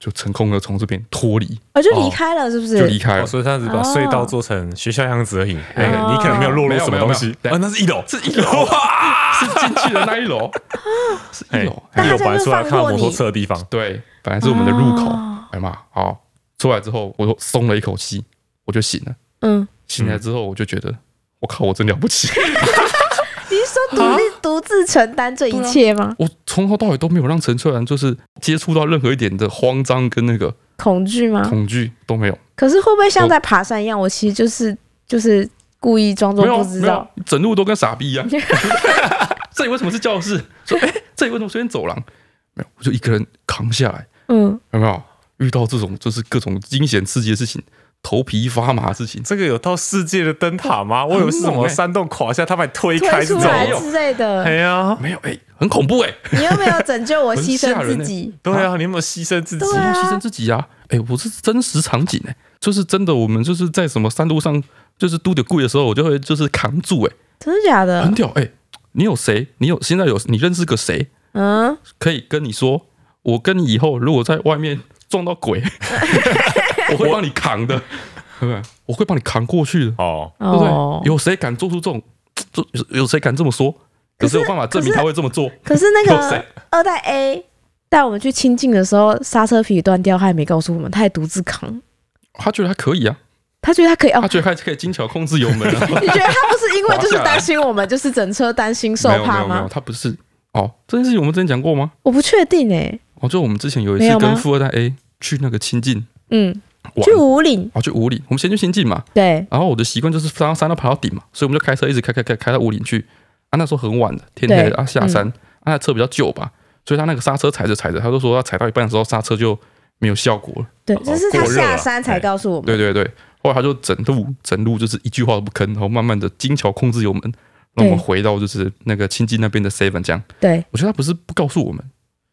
Speaker 2: 就成功的从这边脱离，
Speaker 4: 我哦就离开了，是不
Speaker 2: 就是离？开了
Speaker 3: 哦，。所以他只把隧道做成学校样子而已，哎
Speaker 4: 哦
Speaker 3: 你可能没有落入什么东西
Speaker 2: 没有没有没有
Speaker 3: 啊，那是一楼，
Speaker 2: [LAUGHS] 是一楼啊，是进去的那一楼，是一楼。
Speaker 3: 哎一
Speaker 4: 那
Speaker 3: 楼
Speaker 4: 他才
Speaker 3: 本来出来看
Speaker 4: 会
Speaker 3: 到
Speaker 4: 放过
Speaker 3: 摩
Speaker 4: 你
Speaker 3: 托车的地方，
Speaker 2: 对，本来是我们的入口
Speaker 4: 哦，
Speaker 2: 哎妈，好，出来之后我就松了一口气，我就醒了。
Speaker 4: 嗯，
Speaker 2: 醒来之后我就觉得，我靠，我真了不起， [LAUGHS]
Speaker 4: 你是说独立
Speaker 2: 啊
Speaker 4: 独自承担这一切吗？
Speaker 2: 我从头到尾都没有让陈翠兰就是接触到任何一点的慌张跟那个
Speaker 4: 恐惧吗？
Speaker 2: 恐惧都没有，
Speaker 4: 可是会不会像
Speaker 2: 我
Speaker 4: 在爬山一样？我其实就是就是故意装作
Speaker 2: 没有
Speaker 4: 不
Speaker 2: 啊
Speaker 4: 知
Speaker 2: 没有
Speaker 4: 道
Speaker 2: 啊，，整路都跟傻逼一样。
Speaker 4: [LAUGHS]
Speaker 2: 这里为什么是教室？说哎，这里为什么出现走廊？没有，我就一个人扛下来。
Speaker 4: 嗯，
Speaker 2: 有没有遇到这种就是各种惊险刺激的事情，头皮发麻的事情？
Speaker 3: 这个有到世界的灯塔吗？我以为是什
Speaker 2: 很猛
Speaker 3: 么
Speaker 2: 欸
Speaker 3: 山洞垮下，他把你推开
Speaker 4: 嗯推
Speaker 3: 是
Speaker 4: 出
Speaker 3: 走。
Speaker 4: 来
Speaker 2: 这种
Speaker 4: 之类
Speaker 3: 哎
Speaker 4: 的，
Speaker 3: 呀，
Speaker 2: 没有，哎、很恐怖哎、
Speaker 4: 你又没有拯救
Speaker 2: [LAUGHS]
Speaker 4: 我，
Speaker 2: 很
Speaker 4: 牺牲
Speaker 2: 吓人欸
Speaker 4: 自己，
Speaker 3: 对啊，你有没有牺牲自己
Speaker 4: 对？
Speaker 2: 我
Speaker 4: 啊
Speaker 2: 要牺牲自己啊！哎、我是真实场景哎、就是真的，我们就是在什么山路上，就是嘟的贵的时候，我就会就是扛住哎、
Speaker 4: 真的假
Speaker 2: 很
Speaker 4: 的？
Speaker 2: 屌哎、你有谁？你有现在有你认识个谁
Speaker 4: 嗯，
Speaker 2: 可以跟你说？我跟你以后如果在外面撞到鬼， [LAUGHS] 我会帮你扛
Speaker 4: [LAUGHS]
Speaker 2: 的，对不对？我会帮你扛过去的。
Speaker 3: 哦，
Speaker 2: 对不
Speaker 4: 哦
Speaker 2: 对？，有谁敢做出这种？这有有谁敢这么说？有谁有办法证明他会这么做？
Speaker 4: 可是那
Speaker 2: 有
Speaker 4: 个
Speaker 2: 谁
Speaker 4: 二代 A 带我们去清境的时候，刹车皮断掉，他也没告诉我们，他也独自扛。
Speaker 2: 他觉得他可以啊，
Speaker 4: 他觉得他可以哦
Speaker 2: 他，觉得他可以精巧控制油门啊。
Speaker 4: 你觉得他不是因为就是
Speaker 2: 滑下来
Speaker 4: 担心我们，就是整车担心受
Speaker 2: 没有没
Speaker 4: 怕
Speaker 2: 有没有，
Speaker 4: 吗？
Speaker 2: 他不是哦。这件事情我们之前讲过吗？
Speaker 4: 我不确定哎、
Speaker 2: 哦，就我们之前有一
Speaker 4: 没
Speaker 2: 次
Speaker 4: 有吗
Speaker 2: 跟富二代 A 去那个清境
Speaker 4: 嗯，
Speaker 2: 玩
Speaker 4: 去五岭，
Speaker 2: 哦，去五岭，我们先去清境嘛。
Speaker 4: 对，
Speaker 2: 然后我的习惯就是山山到爬到顶嘛，所以我们就开车一直开开开开到五岭去。啊，那时候很晚了，天黑
Speaker 4: 对嗯
Speaker 2: 了啊，下山、啊，那车比较旧吧，所以他那个刹车踩着踩着，他就说他踩到一半的时候刹车就没有效果了。
Speaker 4: 对，就是他
Speaker 3: 过热了
Speaker 2: 啊
Speaker 4: 下山
Speaker 2: 哎
Speaker 4: 才告诉我们。
Speaker 2: 对对对，后来他就整路整路就是一句话都不吭，然后慢慢的精巧控制油门，让我们
Speaker 4: 对
Speaker 2: 回到就是那个亲近那边的 seven 这样。
Speaker 4: 对
Speaker 2: 我觉得他不是不告诉我们，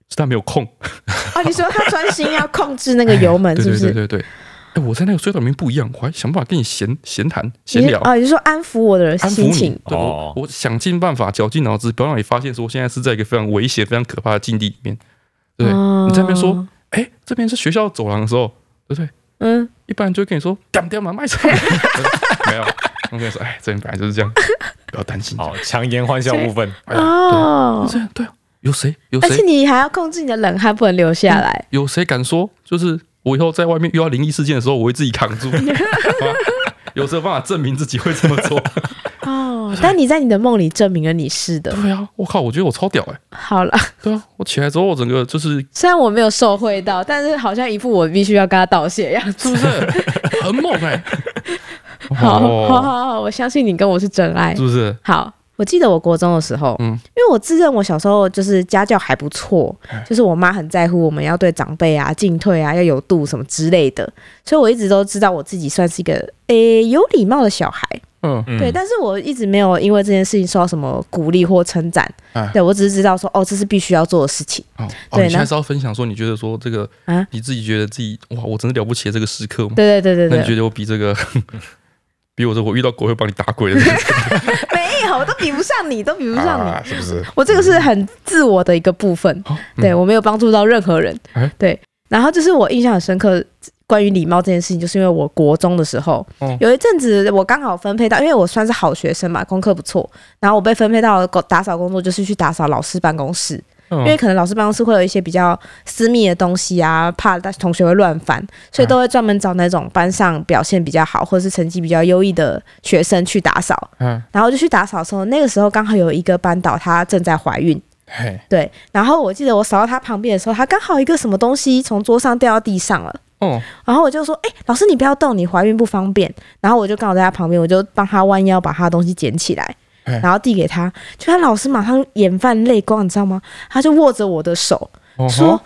Speaker 2: 是他没有空。
Speaker 4: 哦，你说他专心要控制那个油门，
Speaker 2: 对
Speaker 4: 是不
Speaker 2: 对对
Speaker 4: 是？
Speaker 2: 对对。哎，我在那个隧道里面不一样，我还想办法跟你闲闲谈
Speaker 4: 你
Speaker 2: 闲
Speaker 4: 是
Speaker 2: 聊，
Speaker 4: 哦，你是说安抚我的
Speaker 2: 安抚
Speaker 4: 心
Speaker 2: 你
Speaker 4: 情。
Speaker 2: 对，
Speaker 3: 哦
Speaker 2: 我我想尽办法绞尽脑汁，不要让你发现说我现在是在一个非常危险、非常可怕的境地里面。对，
Speaker 4: 哦
Speaker 2: 你在那边说，哎，这边是学校走廊的时候，对不对？
Speaker 4: 嗯，
Speaker 2: 一般人就会跟你说“屌屌嘛，卖惨”， [LAUGHS] 没有，他们跟你说“哎，这边本来就是这样，不要担心”。
Speaker 3: 好，哦强颜欢笑部分，
Speaker 2: 哎呀，对啊，
Speaker 4: 哦
Speaker 2: 就，这样对啊，有谁有
Speaker 4: 而且
Speaker 2: 谁
Speaker 4: 你还要控制你的冷汗不能流下来。
Speaker 2: 有谁敢说，就是我以后在外面遇到灵异事件的时候，我会自己扛
Speaker 4: [LAUGHS]
Speaker 2: 住？好吧有谁有办法证明自己会这么
Speaker 4: [LAUGHS]
Speaker 2: 做？
Speaker 4: 哦，但你在你的梦里证明了你是的。
Speaker 2: 对啊，我靠，我觉得我超屌哎、
Speaker 4: 好了，
Speaker 2: 对啊，我起来之后，我整个
Speaker 4: [LAUGHS]
Speaker 2: 就是
Speaker 4: 虽然我没有受贿到，但是好像一副我必须要跟他道谢一样。
Speaker 2: 是不是 [LAUGHS] 很猛哎、
Speaker 4: [LAUGHS] 好，好
Speaker 2: 哦
Speaker 4: 好好，我相信你跟我是真爱
Speaker 2: 是。不是？
Speaker 4: 好，我记得我国中的时候，
Speaker 2: 嗯
Speaker 4: 因为我自认我小时候就是家教还不错，就是我妈很在乎我们要对长辈啊进退啊要有度什么之类的，所以我一直都知道我自己算是一个诶、有礼貌的小孩。
Speaker 2: 嗯，
Speaker 3: 嗯
Speaker 4: 对，但是我一直没有因为这件事情受到什么鼓励或称赞。
Speaker 3: 哎
Speaker 4: 对我只是知道说，哦，这是必须要做的事情。
Speaker 2: 好，哦，
Speaker 4: 对
Speaker 2: 你现
Speaker 4: 那
Speaker 2: 在是要分享说你觉得说这个
Speaker 4: 啊，
Speaker 2: 你自己觉得自己哇，我真的了不起的这个时刻吗？
Speaker 4: 对对对
Speaker 2: 嗯那
Speaker 4: 对
Speaker 2: 你觉
Speaker 4: 对，
Speaker 2: 得我比这个， [LAUGHS] 比我这我遇到狗会帮你打鬼的这个，
Speaker 4: 没有，我都比不上你，都比不上你。
Speaker 3: 啊，是不是？
Speaker 4: 我这个是很自我的一个部分，
Speaker 2: 好
Speaker 4: [LAUGHS] 对，我没有帮助到任何人
Speaker 2: 哎。
Speaker 4: 对，然后就是我印象很深刻。关于礼貌这件事情，就是因为我国中的时候，
Speaker 2: 哦
Speaker 4: 有一阵子我刚好分配到，因为我算是好学生嘛，功课不错，然后我被分配到狗打扫工作，就是去打扫老师办公室。因为
Speaker 2: 嗯
Speaker 4: 可能老师办公室会有一些比较私密的东西啊，怕大同学会乱翻，所以都会专门找那种班上表现比较好或是成绩比较优异的学生去打扫。
Speaker 2: 嗯
Speaker 4: 然后就去打扫的时候，那个时候刚好有一个班导她正在怀孕，
Speaker 3: 嘿，
Speaker 4: 对。然后我记得我扫到她旁边的时候，她刚好一个什么东西从桌上掉到地上了。
Speaker 2: 哦，
Speaker 4: 然后我就说：“哎、老师，你不要动，你怀孕不方便。”然后我就刚好在他旁边，我就帮他弯腰把他的东西捡起来，
Speaker 3: 哎
Speaker 4: 然后递给他。就他老师马上眼泛泪光，你知道吗？他就握着我的手
Speaker 2: 哦
Speaker 4: 说：“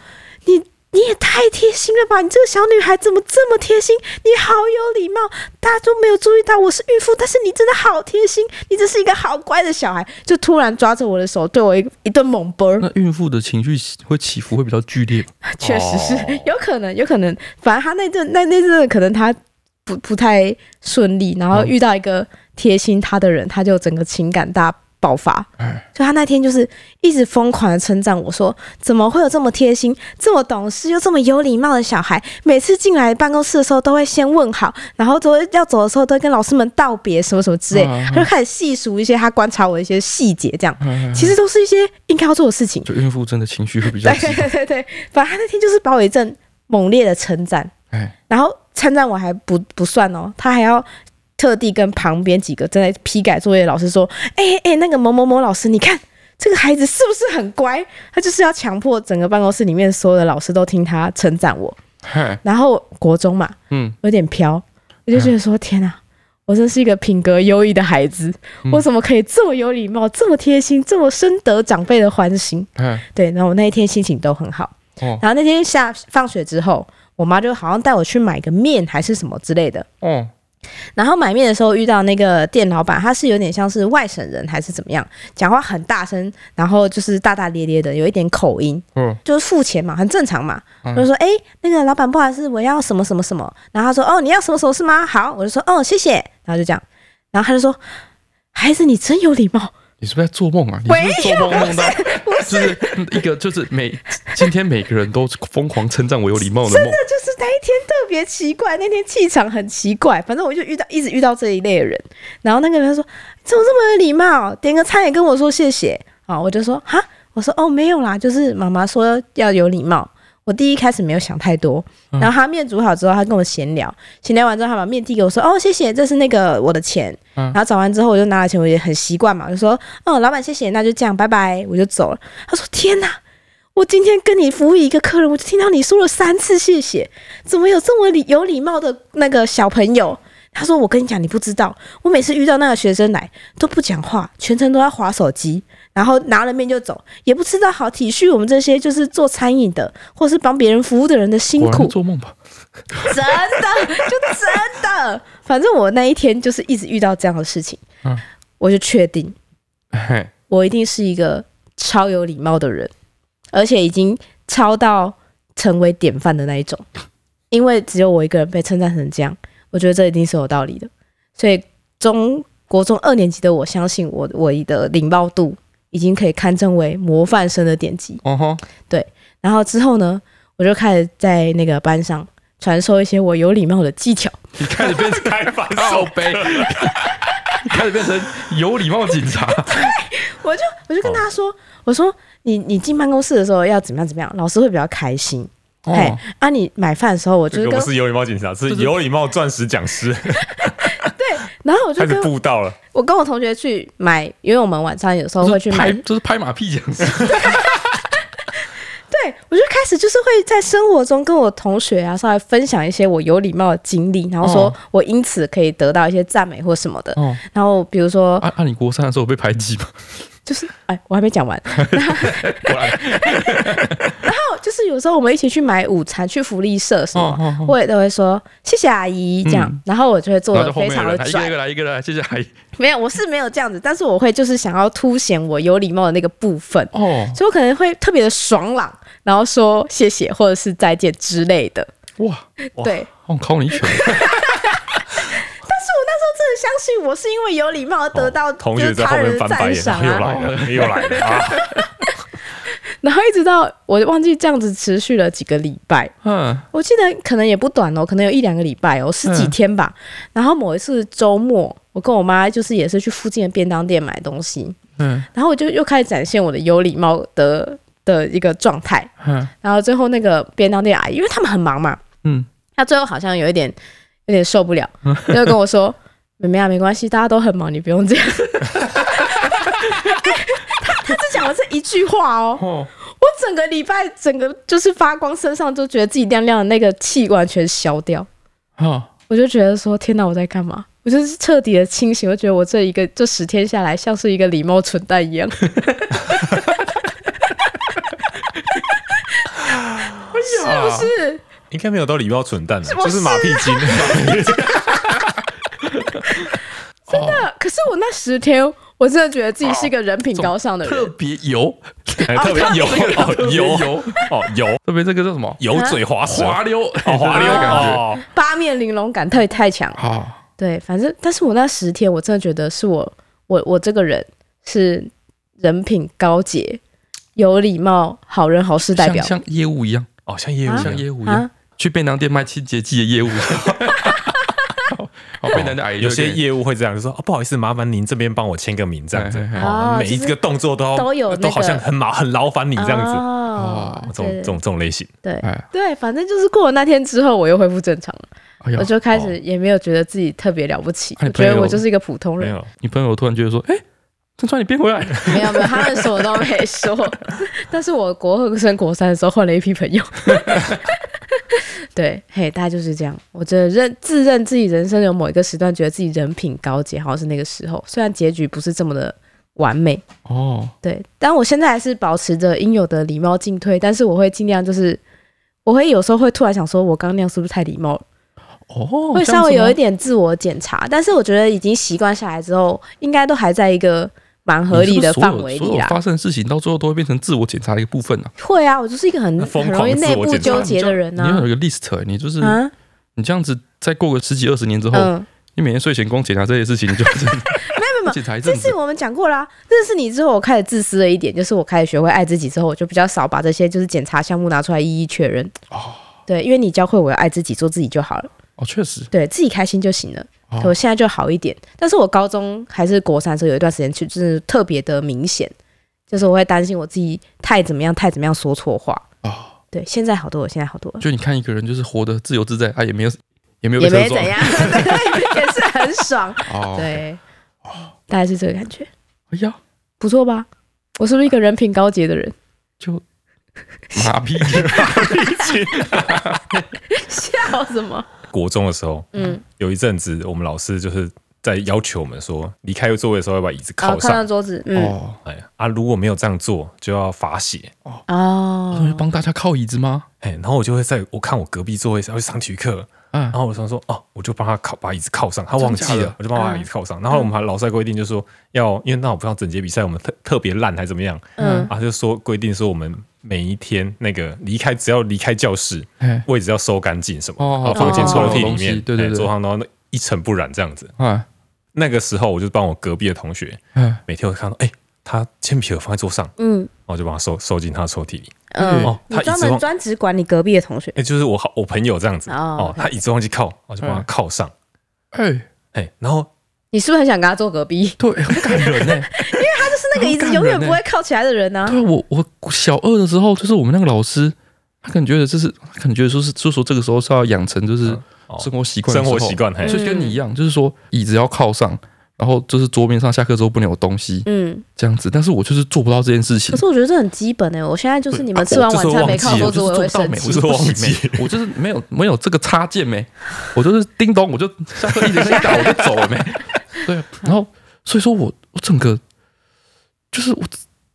Speaker 4: 你你也太贴心了吧！你这个小女孩怎么这么贴心？你好有礼貌，大家都没有注意到我是孕妇，但是你真的好贴心，你真是一个好乖的小孩。”就突然抓着我的手，对我一一顿猛啵儿。
Speaker 2: [LAUGHS] 那孕妇的情绪起会起伏会比较剧烈吧，
Speaker 4: [LAUGHS] 确实是
Speaker 3: 哦
Speaker 4: 有可能，有可能。反正他那阵那那阵可能他不不太顺利，然后
Speaker 2: 嗯
Speaker 4: 遇到一个贴心他的人，他就整个情感大爆发。
Speaker 2: 哎，
Speaker 4: 就他那天就是一直疯狂的称赞我说：“怎么会有这么贴心、这么懂事又这么有礼貌的小孩？每次进来办公室的时候都会先问好，然后都会要走的时候都会跟老师们道别，什么什么之类。
Speaker 2: 嗯嗯嗯
Speaker 4: 他就开始细数一些他观察我的一些细节，这样
Speaker 2: 嗯嗯嗯
Speaker 4: 其实都是一些应该要做的事情。
Speaker 2: 就孕妇真的情绪会比较激
Speaker 4: 对
Speaker 2: 动，
Speaker 4: 对对对，反正他那天就是把我一阵猛烈的称赞，
Speaker 2: 哎，
Speaker 4: 然后称赞我还不不算哦，他还要特地跟旁边几个正在批改作业的老师说：“哎、哎、那个某某某老师，你看这个孩子是不是很乖？”他就是要强迫整个办公室里面所有的老师都听他称赞我。
Speaker 2: 嗨，
Speaker 4: 然后国中嘛，
Speaker 2: 嗯，
Speaker 4: 有点飘，我就觉得说：“天啊！”我真是一个品格优异的孩子，我怎么可以这么有礼貌、这么贴心、这么深得长辈的欢心？
Speaker 2: 哎，
Speaker 4: 对，然后我那一天心情都很好。
Speaker 2: 哦
Speaker 4: 然后那天下放学之后，我妈就好像带我去买个面还是什么之类的。
Speaker 2: 哦，
Speaker 4: 然后买面的时候遇到那个店老板，他是有点像是外省人还是怎么样，讲话很大声，然后就是大大咧咧的，有一点口音，
Speaker 2: 嗯，
Speaker 4: 就是付钱嘛，很正常嘛。
Speaker 2: 嗯
Speaker 4: 我就说，哎、那个老板，不好意思，我要什么什么什么。然后他说，哦，你要什么什么是吗？好，我就说，哦，谢谢。然后就这样，然后他就说，孩子，你真有礼貌。
Speaker 2: 你是不是在做梦啊？你是不是做梦梦到就是一个就是每今天每个人都疯狂称赞我有礼貌的梦，
Speaker 4: 就是那一天特别奇怪，那天气场很奇怪，反正我就遇到一直遇到这一类的人。然后那个人说：“怎么这么有礼貌？点个餐也跟我说谢谢。”啊，我就说：“哈，我说哦没有啦，就是妈妈说要有礼貌。”我第一开始没有想太多，
Speaker 2: 嗯
Speaker 4: 然后他面煮好之后，他跟我闲聊，闲聊完之后，他把面递给我说：“哦，谢谢，这是那个我的钱。
Speaker 2: 嗯
Speaker 4: 然后找完之后，我就拿了钱，我也很习惯嘛，我就说：“哦，老板谢谢，那就这样，拜拜。”我就走了。他说：“天哪！”我今天跟你服务一个客人，我就听到你说了三次谢谢，怎么有这么礼有礼貌的那个小朋友？他说：“我跟你讲，你不知道，我每次遇到那个学生来都不讲话，全程都在划手机，然后拿了面就走，也不知道好体恤我们这些就是做餐饮的或是帮别人服务的人的辛
Speaker 2: 果然
Speaker 4: 苦
Speaker 2: 是。做梦吧？
Speaker 4: 真的，就真的。反正我那一天就是一直遇到这样的事情，
Speaker 2: 嗯
Speaker 4: 我就确定
Speaker 2: 嘿，
Speaker 4: 我一定是一个超有礼貌的人，而且已经超到成为典范的那一种。因为只有我一个人被称赞成这样，我觉得这一定是有道理的。所以中国中二年级的我，相信我我的礼貌度已经可以堪称为模范生的典籍。
Speaker 2: 哦吼，
Speaker 4: 然后之后呢，我就开始在那个班上传授一些我有礼貌的技巧。
Speaker 2: 你开始
Speaker 3: [LAUGHS]
Speaker 2: 变成
Speaker 3: [LAUGHS] 开反
Speaker 2: 靠
Speaker 3: 手，
Speaker 4: 哦
Speaker 2: 背，你开始变成有礼貌警察，
Speaker 4: 我就我
Speaker 2: 哦
Speaker 4: 就跟他说，我说你你进办公室的时候要怎么样怎么样，老师会比较开心。
Speaker 2: 哦
Speaker 4: 嘿，啊，你买饭的时候我就
Speaker 3: 这
Speaker 4: 是
Speaker 3: 个
Speaker 4: 跟
Speaker 3: 不，是有礼貌警察，是
Speaker 2: 就是
Speaker 3: 有礼貌钻石讲师，
Speaker 4: 然后我就
Speaker 3: 开始
Speaker 4: 跟
Speaker 3: 布道了。
Speaker 4: 我跟我同学去买，因为我们晚上有时候会去
Speaker 2: 拍
Speaker 4: 买，
Speaker 2: 就是拍马屁讲师，
Speaker 4: 对我就开始就是会在生活中跟我同学啊稍微分享一些我有礼貌的经历，然后说
Speaker 2: 哦
Speaker 4: 我因此可以得到一些赞美或什么的。
Speaker 2: 哦，
Speaker 4: 然后比如说，
Speaker 2: 按按啊你国三的时候被排挤吗？
Speaker 4: 就是哎，我还没讲
Speaker 2: [LAUGHS]
Speaker 4: 完，
Speaker 2: 果然，
Speaker 4: 就是有时候我们一起去买午餐，去福利社什么，
Speaker 2: 哦
Speaker 4: 我也都会说谢谢阿姨这样，
Speaker 2: 嗯
Speaker 4: 然后我就会做
Speaker 2: 然后在
Speaker 4: 的
Speaker 2: 后
Speaker 4: 非
Speaker 2: 面有
Speaker 4: 常
Speaker 2: 人
Speaker 4: 的
Speaker 2: 来一个一。个来
Speaker 4: 拽
Speaker 2: 一个来，谢谢阿姨。
Speaker 4: 没有，我是没有这样子，但是我会就是想要凸显我有礼貌的那个部分，
Speaker 2: 哦，
Speaker 4: 所以我可能会特别的爽朗，然后说谢谢或者是再见之类的。
Speaker 2: 哇，
Speaker 3: 哇
Speaker 4: 对，
Speaker 2: 我考你一拳，
Speaker 3: [LAUGHS]
Speaker 4: 但是我那时候真的相信我是因为有礼貌而得到、
Speaker 3: 哦同学在后面翻白眼，
Speaker 4: 赏
Speaker 3: 啊又 [LAUGHS]
Speaker 4: 啊，
Speaker 3: 来了，又来了啊！
Speaker 4: 然后一直到我忘记这样子持续了几个礼拜，
Speaker 2: 嗯，
Speaker 4: 我记得可能也不短哦，可能有一两个礼拜哦，十几天吧。
Speaker 3: 嗯
Speaker 4: 然后某一次周末，我跟我妈就是也是去附近的便当店买东西，
Speaker 2: 嗯
Speaker 4: 然后我就又开始展现我的有礼貌的的一个状态。
Speaker 2: 嗯
Speaker 4: 然后最后那个便当店阿姨，因为他们很忙嘛，
Speaker 2: 嗯，
Speaker 4: 她最后好像有一点有点受不了，就跟我说：“妹妹啊，没关系，大家都很忙，你不用这样。她”她只讲了这一句话哦，
Speaker 2: 哦，
Speaker 4: 我整个礼拜整个就是发光，身上就觉得自己亮亮的那个气完全消掉，
Speaker 2: 哦，
Speaker 4: 我就觉得说：“天哪，我在干嘛？”我就是彻底的清醒，我觉得我这一个这十天下来，像是一个礼貌蠢蛋一样。 [LAUGHS]
Speaker 3: 哎是
Speaker 4: 不？是，
Speaker 3: 应该没有到礼貌蠢蛋啊，
Speaker 4: 我
Speaker 3: 就是马屁精。
Speaker 2: 真的
Speaker 4: 啊可是我那十天，我真的觉得自己是一个人
Speaker 3: 哦
Speaker 4: 品高尚的人。
Speaker 2: 特别油，
Speaker 3: [LAUGHS] 哎特别油哦油
Speaker 2: 油，
Speaker 3: 哦油
Speaker 2: 特别这个叫什么？
Speaker 4: 啊
Speaker 3: 油嘴滑舌，
Speaker 2: 滑溜，
Speaker 3: 哦滑溜
Speaker 2: 的感觉。啊
Speaker 3: 哦，
Speaker 4: 八面玲珑感太太强。
Speaker 2: 好，
Speaker 4: 对，反正但是我那十天，我真的觉得是我我我这个人是人品高洁、有礼貌、好人好事代
Speaker 2: 像
Speaker 4: 表
Speaker 2: 像业务一样，
Speaker 3: 哦像业务
Speaker 4: 啊
Speaker 3: 一
Speaker 2: 像
Speaker 3: 样，
Speaker 2: 业务一样
Speaker 4: 啊，。
Speaker 2: 去便当店卖清洁剂的
Speaker 3: [LAUGHS]
Speaker 2: 业务。好，便当店阿姨
Speaker 3: 有些
Speaker 2: 业
Speaker 3: 业务会这样，就说哦不好意思，麻烦您这边帮我签个名这样
Speaker 2: 哎
Speaker 3: 子。
Speaker 4: 哦
Speaker 3: 每一
Speaker 4: 就是
Speaker 3: 个动作都要
Speaker 4: 都有那
Speaker 3: 都好
Speaker 4: 个
Speaker 3: 像很麻很劳烦你这样子。
Speaker 4: 哦
Speaker 2: 哦
Speaker 3: 这种这种这种类型，
Speaker 4: 对对
Speaker 2: 哎，
Speaker 4: 对，反正就是过了那天之后，我又恢复正常了，
Speaker 2: 哎呀
Speaker 4: 我，就开
Speaker 3: 哦
Speaker 4: 始也没有觉得自己特别了不起，
Speaker 3: 啊
Speaker 2: 哎
Speaker 4: 我觉
Speaker 2: 朋
Speaker 4: 得
Speaker 2: 友
Speaker 4: 我就是一个普通
Speaker 3: 没
Speaker 4: 人，
Speaker 3: 有
Speaker 2: 你朋友突然觉得说，哎，郑川你变回来，
Speaker 4: [LAUGHS] 没有没有，他们什么都没
Speaker 3: [LAUGHS]
Speaker 4: 说。但是我国二升国三的时候换了一
Speaker 3: [LAUGHS]
Speaker 4: 批朋友，对，嘿，大概就是这样。我真的认自认自己人生有某一个时段，觉得自己人品高洁，好像是那个时候，虽然结局不是这么的完美，
Speaker 2: 哦，
Speaker 4: 对，但我现在还是保持着应有的礼貌进退，但是我会尽量就是。我会有时候会突然想说，我刚刚那样是不是太礼貌了？
Speaker 2: 哦，
Speaker 4: 会
Speaker 2: 这样
Speaker 4: 稍
Speaker 2: 子
Speaker 4: 微有
Speaker 2: 吗
Speaker 4: 一点自我检查，但是我觉得已经习惯下来之后，应该都还在一个蛮合理的
Speaker 2: 你是不是
Speaker 4: 范围
Speaker 2: 所有所
Speaker 4: 里啦
Speaker 2: 有。发生的事情到最后都会变成自我检查的一个部分啊。
Speaker 4: 会啊，我就是一个很
Speaker 3: 疯
Speaker 4: 很
Speaker 3: 狂
Speaker 4: 容易内部
Speaker 3: 自我检查
Speaker 4: 纠结的人
Speaker 2: 你要有
Speaker 4: 啊。
Speaker 2: 一个 list，欸你就是
Speaker 4: 啊，
Speaker 2: 你这样子，再过个十几二十年之后，
Speaker 4: 嗯，
Speaker 2: 你每天睡前光检查这些事情，你就 [LAUGHS] 没有没
Speaker 4: 有
Speaker 2: 检查一
Speaker 4: 这
Speaker 2: 阵
Speaker 4: 次
Speaker 2: 子。
Speaker 4: 我们讲过啦、认识你之后，我开始自私了一点，就是我开始学会爱自己之后，我就比较少把这些就是检查项目拿出来一一确认。
Speaker 2: 哦
Speaker 4: 对，因为你教会我要爱自己，做自己就好了，
Speaker 2: 哦，确实，
Speaker 4: 对自己开心就行了。
Speaker 2: 哦
Speaker 4: 我现在就好一点，但是我高中还是国三的时候，有一段时间就就是特别的明显，就是我会担心我自己太怎么样，太怎么样说错话。
Speaker 2: 哦，
Speaker 4: 对，现在好多了，现在好多了。
Speaker 2: 就你看一个人就是活得自由自在啊，也没有也没有被
Speaker 4: 也
Speaker 2: 车
Speaker 4: 没
Speaker 2: 撞
Speaker 4: 怎，样，对， [LAUGHS] 也是很爽。
Speaker 2: 哦，
Speaker 4: 对，哦大概是这个感觉，
Speaker 2: 哎呀，
Speaker 4: 不错吧？我是不是一个人品高洁的人？
Speaker 2: 就马屁，
Speaker 4: [LAUGHS] 笑什么？
Speaker 3: 国中的时候，
Speaker 4: 嗯，
Speaker 3: 有一阵子我们老师就是在要求我们说，离开座位的时候要把椅子
Speaker 4: 哦，
Speaker 3: 靠
Speaker 4: 看到
Speaker 3: 上。
Speaker 4: 桌子， [LAUGHS] 嗯，
Speaker 2: 哦，
Speaker 3: 哎啊，如果没有这样做，就要罚写。
Speaker 2: 我说要
Speaker 4: 哦，
Speaker 2: 帮大家靠椅子吗？
Speaker 3: 哎，然后我就会在我看我隔壁座位上去上体育课，
Speaker 2: 啊
Speaker 3: 然，后我想说，哦，我就帮他靠把椅子靠上，他忘记
Speaker 2: 真的假
Speaker 3: 了
Speaker 2: 的，
Speaker 3: 我就帮他把椅子靠上。然后我们还老师还规定，就是说要，因为那我不知道整节比赛我们特特别烂还怎么样，
Speaker 4: 嗯
Speaker 3: 啊，就说规定说我们每一天那个离开，只要离开教室，
Speaker 2: 哎，
Speaker 3: 位置要收干净什么，
Speaker 2: 哦
Speaker 3: 然后放进抽屉里
Speaker 2: 哦
Speaker 3: 面，
Speaker 2: 对对
Speaker 3: 哎
Speaker 2: 对
Speaker 3: 桌上然后一尘不染这样子。
Speaker 2: 哎，
Speaker 3: 那个时候我就帮我隔壁的同学，
Speaker 2: 哎，
Speaker 3: 每天我看到，哎、他铅笔盒放在桌上，然
Speaker 4: 嗯
Speaker 3: 后我就把它收收进他的抽屉里。
Speaker 4: 嗯，
Speaker 3: 哦，
Speaker 4: 你
Speaker 3: 他椅
Speaker 4: 专
Speaker 3: 子
Speaker 4: 门
Speaker 3: 忘，
Speaker 4: 专职管你隔壁的同学
Speaker 3: 哎、就是我好我朋友这样子，
Speaker 4: 哦
Speaker 3: 哦，他椅子忘记靠，我就帮他
Speaker 2: 嗯
Speaker 3: 靠上，
Speaker 2: 哎，
Speaker 3: 哎、然后
Speaker 4: 你是不是很想跟他坐隔壁？
Speaker 2: 对，哎很感人
Speaker 4: [LAUGHS]
Speaker 2: 呢。
Speaker 4: 是那个椅子永远不会靠起来的人呢、
Speaker 2: 对啊，我我小二的时候，就是我们那个老师，他可能觉得这是，他可能觉得说是，就说这个时候是要养成就是
Speaker 3: 嗯哦
Speaker 2: 生活习惯的
Speaker 3: 生
Speaker 2: 时候，
Speaker 3: 活习惯，嘿、
Speaker 2: 就跟你一样，就是说椅子要靠上，然后就是桌面上下课之后不能有东西
Speaker 4: 嗯，
Speaker 2: 这样子，但是我就是做不到这件事情
Speaker 4: 可。是我觉得这很基本哎、我现在就是你们吃完
Speaker 3: 啊我
Speaker 4: 晚
Speaker 3: 这时
Speaker 4: 餐
Speaker 3: 候
Speaker 4: 没
Speaker 3: 忘
Speaker 4: 靠
Speaker 3: 记
Speaker 4: 桌
Speaker 3: 了
Speaker 2: 我
Speaker 4: 子，
Speaker 2: 就
Speaker 4: 我
Speaker 2: 是
Speaker 4: 也
Speaker 2: [LAUGHS] 做不到
Speaker 4: 会生
Speaker 2: 没，我就是忘
Speaker 3: 我也
Speaker 4: 气。
Speaker 3: 会生
Speaker 2: 记，我就是没有没有这个插件没，我就是叮咚，我就下课一人一打我就走了没。对，啊然后所以说我我整个就是我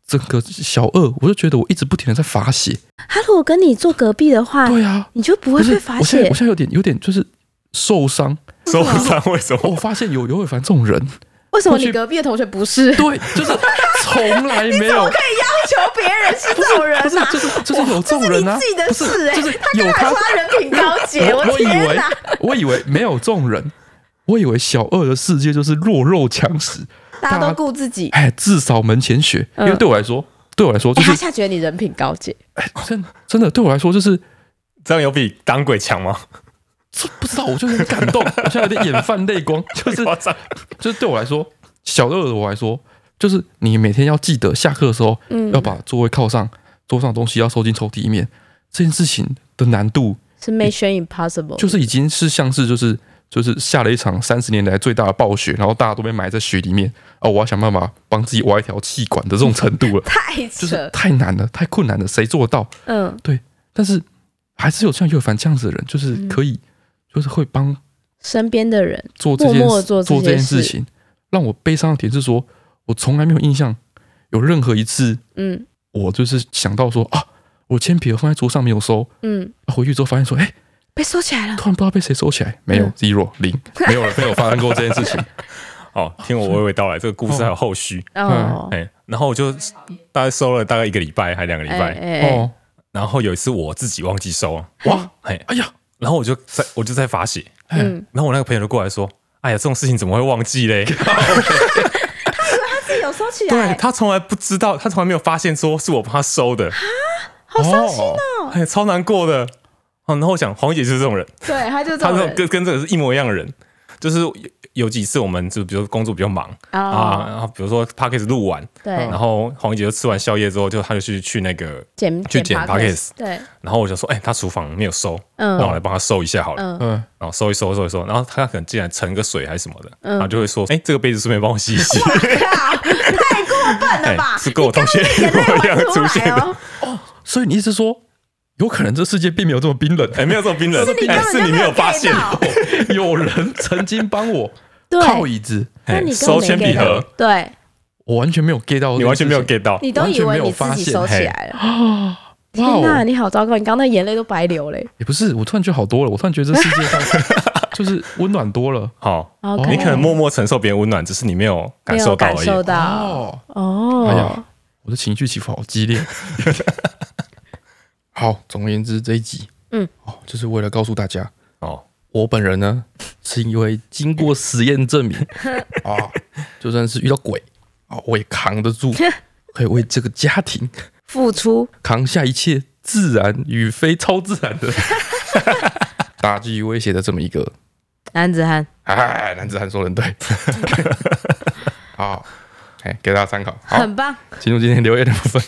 Speaker 2: 整个小二，我就觉得我一直不停的在发泄。
Speaker 4: 他如果跟你坐隔壁的话，
Speaker 2: 对啊，
Speaker 4: 你就不
Speaker 2: 不
Speaker 4: 会
Speaker 2: 是
Speaker 4: 被发
Speaker 2: 我现在
Speaker 4: 现
Speaker 2: 我。现在有点有点就是受伤，
Speaker 3: 受伤为什
Speaker 2: 我
Speaker 3: 么？
Speaker 2: 发现有尤伟凡这种人，
Speaker 4: 为什么
Speaker 2: 我去
Speaker 4: 你隔壁的同学不是？
Speaker 2: 对，就是从来没有。
Speaker 4: 求别人是这种人
Speaker 2: 啊不是，
Speaker 4: [LAUGHS] 呐、
Speaker 2: 就是就是有这种人啊，
Speaker 4: 这是你自己的
Speaker 2: 不是
Speaker 4: 事欸
Speaker 2: 就是有
Speaker 4: 他
Speaker 2: 他
Speaker 4: 说他人品高洁，
Speaker 2: 我我以
Speaker 4: 天
Speaker 2: 为
Speaker 4: 哪！
Speaker 2: 我以为没有这种人，我以为小二的世界就是弱肉强食，
Speaker 4: 大家都顾自己。
Speaker 2: 哎，至少门前雪。因
Speaker 4: 嗯
Speaker 2: 为对我来说，对我来说就
Speaker 4: 哎、
Speaker 2: 是
Speaker 4: 他现在觉得你人品高洁，
Speaker 2: 哎真真的对我来说就是
Speaker 3: [LAUGHS] 这样有比当鬼强吗？
Speaker 2: 这不知道，我就是很感动，我现在有点眼泛泪光，
Speaker 3: [LAUGHS]
Speaker 2: 就是
Speaker 4: 啊
Speaker 3: 夸张，
Speaker 2: 就是对我来说，小二的我来说，就是你每天要记得下课的时候
Speaker 4: 嗯
Speaker 2: 要把座位靠上，桌上的东西要收进抽屉里面，这件事情的难度
Speaker 4: 是 Mission Impossible，
Speaker 2: 就是已经是像是就是就是下了一场三十年来最大的暴雪，然后大家都被埋在雪里面啊、我要想办法帮自己挖一条气管的这种程度
Speaker 4: [LAUGHS]
Speaker 2: 了，
Speaker 4: 太扯。
Speaker 2: 就是太难了，太困难了，谁做得到？
Speaker 4: 嗯，
Speaker 2: 但是还是有像叶凡这样子的人，就是可以，就是会帮
Speaker 4: 身边的人，
Speaker 2: 做这件事
Speaker 4: 嗯默默地做这些
Speaker 2: 这件事
Speaker 4: 事
Speaker 2: 情。让我悲伤的点是说，我从来没有印象有任何一次
Speaker 4: 嗯
Speaker 2: 我就是想到说啊，我铅笔盒放在桌上没有收，
Speaker 4: 嗯，
Speaker 2: 啊回去之后发现说，哎、
Speaker 4: 被收起来了。
Speaker 2: 突然不知道被谁收起来，没有、
Speaker 4: 嗯
Speaker 2: zero 零，没有人没有发生过这件事情。
Speaker 3: 哦，听我娓娓道来，这个故事还有后续。
Speaker 2: 嗯
Speaker 4: 哦，
Speaker 3: 哎、然后我就大概收了大概一个礼拜还两个礼
Speaker 4: 哎
Speaker 3: 拜，
Speaker 4: 哎哎
Speaker 2: 哦，
Speaker 3: 然后有一次我自己忘记收啊，
Speaker 2: 哇，
Speaker 3: 嘿，
Speaker 2: 哎呀，
Speaker 3: 然后我就在我就在发泄，
Speaker 4: 嗯，
Speaker 3: 然后我那个朋友就过来说：“哎呀，这种事情怎么会忘记嘞？
Speaker 4: 自己有收起
Speaker 3: 对，他从来不知道，他从来没有发现说是我帮他收的，
Speaker 2: 好伤心哦！
Speaker 3: 哎，超难过的。哦，然后我想黄姐就是这种人，
Speaker 4: 对，他就这
Speaker 3: 她这
Speaker 4: 种
Speaker 3: 种
Speaker 4: 人
Speaker 3: 跟跟这个是一模一样的人，就是有有几次我们就比如说工作比较忙啊，
Speaker 4: 啊，
Speaker 3: 然后比如说 p a c k a g e 录完，
Speaker 4: 对，
Speaker 3: 然后黄姐就吃完宵夜之后，就她就去去那个，
Speaker 4: 剪
Speaker 3: 去剪
Speaker 4: podcast，对，
Speaker 3: 然后我就说：“哎，她厨房没有收，
Speaker 4: 嗯
Speaker 3: 让我来帮她收一下好了。”
Speaker 4: 嗯
Speaker 2: 嗯，
Speaker 3: 然后收一收，收一收，然后他可能进来盛个水还是什么的，
Speaker 4: 嗯
Speaker 3: 然后就会说：“哎、这个杯子顺便帮我洗一
Speaker 4: [LAUGHS]
Speaker 3: 洗。！
Speaker 4: 靠太过分了
Speaker 3: [LAUGHS]
Speaker 4: 吧
Speaker 3: 是跟我同学一
Speaker 4: 眼泪
Speaker 3: 模一样
Speaker 4: 会出
Speaker 3: [LAUGHS] 出现
Speaker 4: 来
Speaker 3: 的。
Speaker 4: 哦，
Speaker 2: 所以你意思说，有可能这世界并没有这么
Speaker 4: [LAUGHS]
Speaker 2: 冰冷，
Speaker 3: 哎、没有这种冰冷，
Speaker 4: 是你
Speaker 3: 哎
Speaker 4: 根本
Speaker 3: 是
Speaker 4: 就
Speaker 3: 你没有发
Speaker 4: 给
Speaker 3: 现，
Speaker 4: 到，
Speaker 2: 有人曾经帮我
Speaker 4: 对，
Speaker 2: 靠椅子，
Speaker 4: 那你根本
Speaker 3: 哎收
Speaker 4: 没
Speaker 3: 铅笔
Speaker 4: get 到
Speaker 3: 盒，，
Speaker 4: 对
Speaker 2: 我完全没有 get 到，
Speaker 3: 你完全没有 get 到。
Speaker 4: 你都以为你自
Speaker 2: 完
Speaker 4: 己
Speaker 2: 全没有发
Speaker 4: 收起
Speaker 3: 现
Speaker 4: 来了。
Speaker 2: 啊！哇
Speaker 4: [LAUGHS] 天哪，
Speaker 2: 哦，
Speaker 4: 你好糟糕！你刚刚那眼泪都白流嘞。
Speaker 2: 也不是，我突然觉得好多了，我突然觉得这世界上
Speaker 4: [LAUGHS]
Speaker 2: 就是温暖多了
Speaker 3: 好，
Speaker 4: OK，
Speaker 3: 你可能默默承受别人温暖，只是你没有感
Speaker 4: 哦没
Speaker 3: 受到
Speaker 4: 有感
Speaker 3: 而
Speaker 4: 受
Speaker 3: 已。
Speaker 4: 到
Speaker 2: 哦。哎
Speaker 4: 啊哦
Speaker 2: 呀。，我的情绪起伏好激
Speaker 4: [LAUGHS]
Speaker 2: 烈。好，总而言之，这一集，
Speaker 4: 嗯，
Speaker 2: 哦，就是为了告诉大家，
Speaker 3: 哦，
Speaker 2: 我本人呢，是因为经过实验证明 [LAUGHS] 啊，就算是遇到鬼啊，我也扛得住， [LAUGHS] 可以为这个家庭
Speaker 4: 付出
Speaker 2: 扛下一切自然与非超自然 [LAUGHS] 的打击与威胁的这么一个，
Speaker 4: 男子汉，
Speaker 2: 哎，男子汉说人 [LAUGHS] 对，好，哎，给大家参考。好，
Speaker 4: 很棒。
Speaker 2: 进入今天留言的部分。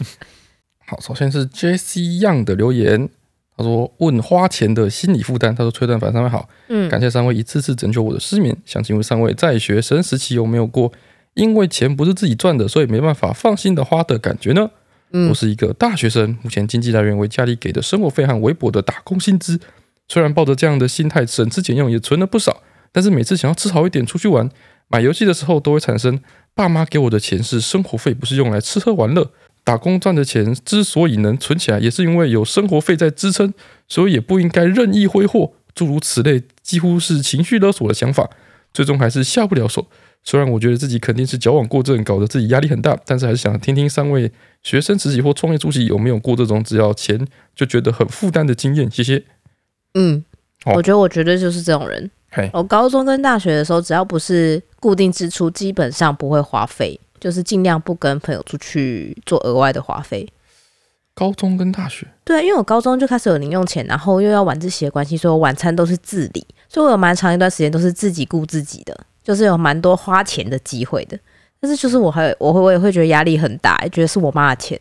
Speaker 2: 好，首先是 J C Young 的留言，他说问花钱的心理负担，他说崔蛋凡三位好，
Speaker 4: 嗯
Speaker 2: 感谢三位一次次拯救我的失眠，想请问三位在学生时期有没有过因为钱不是自己赚的，所以没办法放心的花的感觉呢？
Speaker 4: 嗯
Speaker 2: 我是一个大学生，目前经济来源为家里给的生活费和微薄的打工薪资。虽然抱着这样的心态省吃俭用，也存了不少，但是每次想要吃好一点出去玩、买游戏的时候，都会产生爸妈给我的钱是生活费，不是用来吃喝玩乐。打工赚的钱之所以能存起来，也是因为有生活费在支撑，所以也不应该任意挥霍。诸如此类，几乎是情绪勒索的想法，最终还是下不了手。虽然我觉得自己肯定是矫枉过正，搞得自己压力很大，但是还是想听听三位学生时期或创业初期有没有过这种只要钱就觉得很负担的经验。谢谢。
Speaker 4: 嗯，
Speaker 2: 哦
Speaker 4: 我觉得我绝对就是这种人。
Speaker 2: 嘿，
Speaker 4: 我高中跟大学的时候，只要不是固定支出，基本上不会花费，就是尽量不跟朋友出去做额外的花费。
Speaker 2: 高中跟大学，
Speaker 4: 对啊，因为我高中就开始有零用钱，然后又要晚自习的关系，所以我晚餐都是自理，所以我有蛮长一段时间都是自己顾自己的，就是有蛮多花钱的机会的。但是就是我还我会我也会觉得压力很大，觉得是我妈的钱。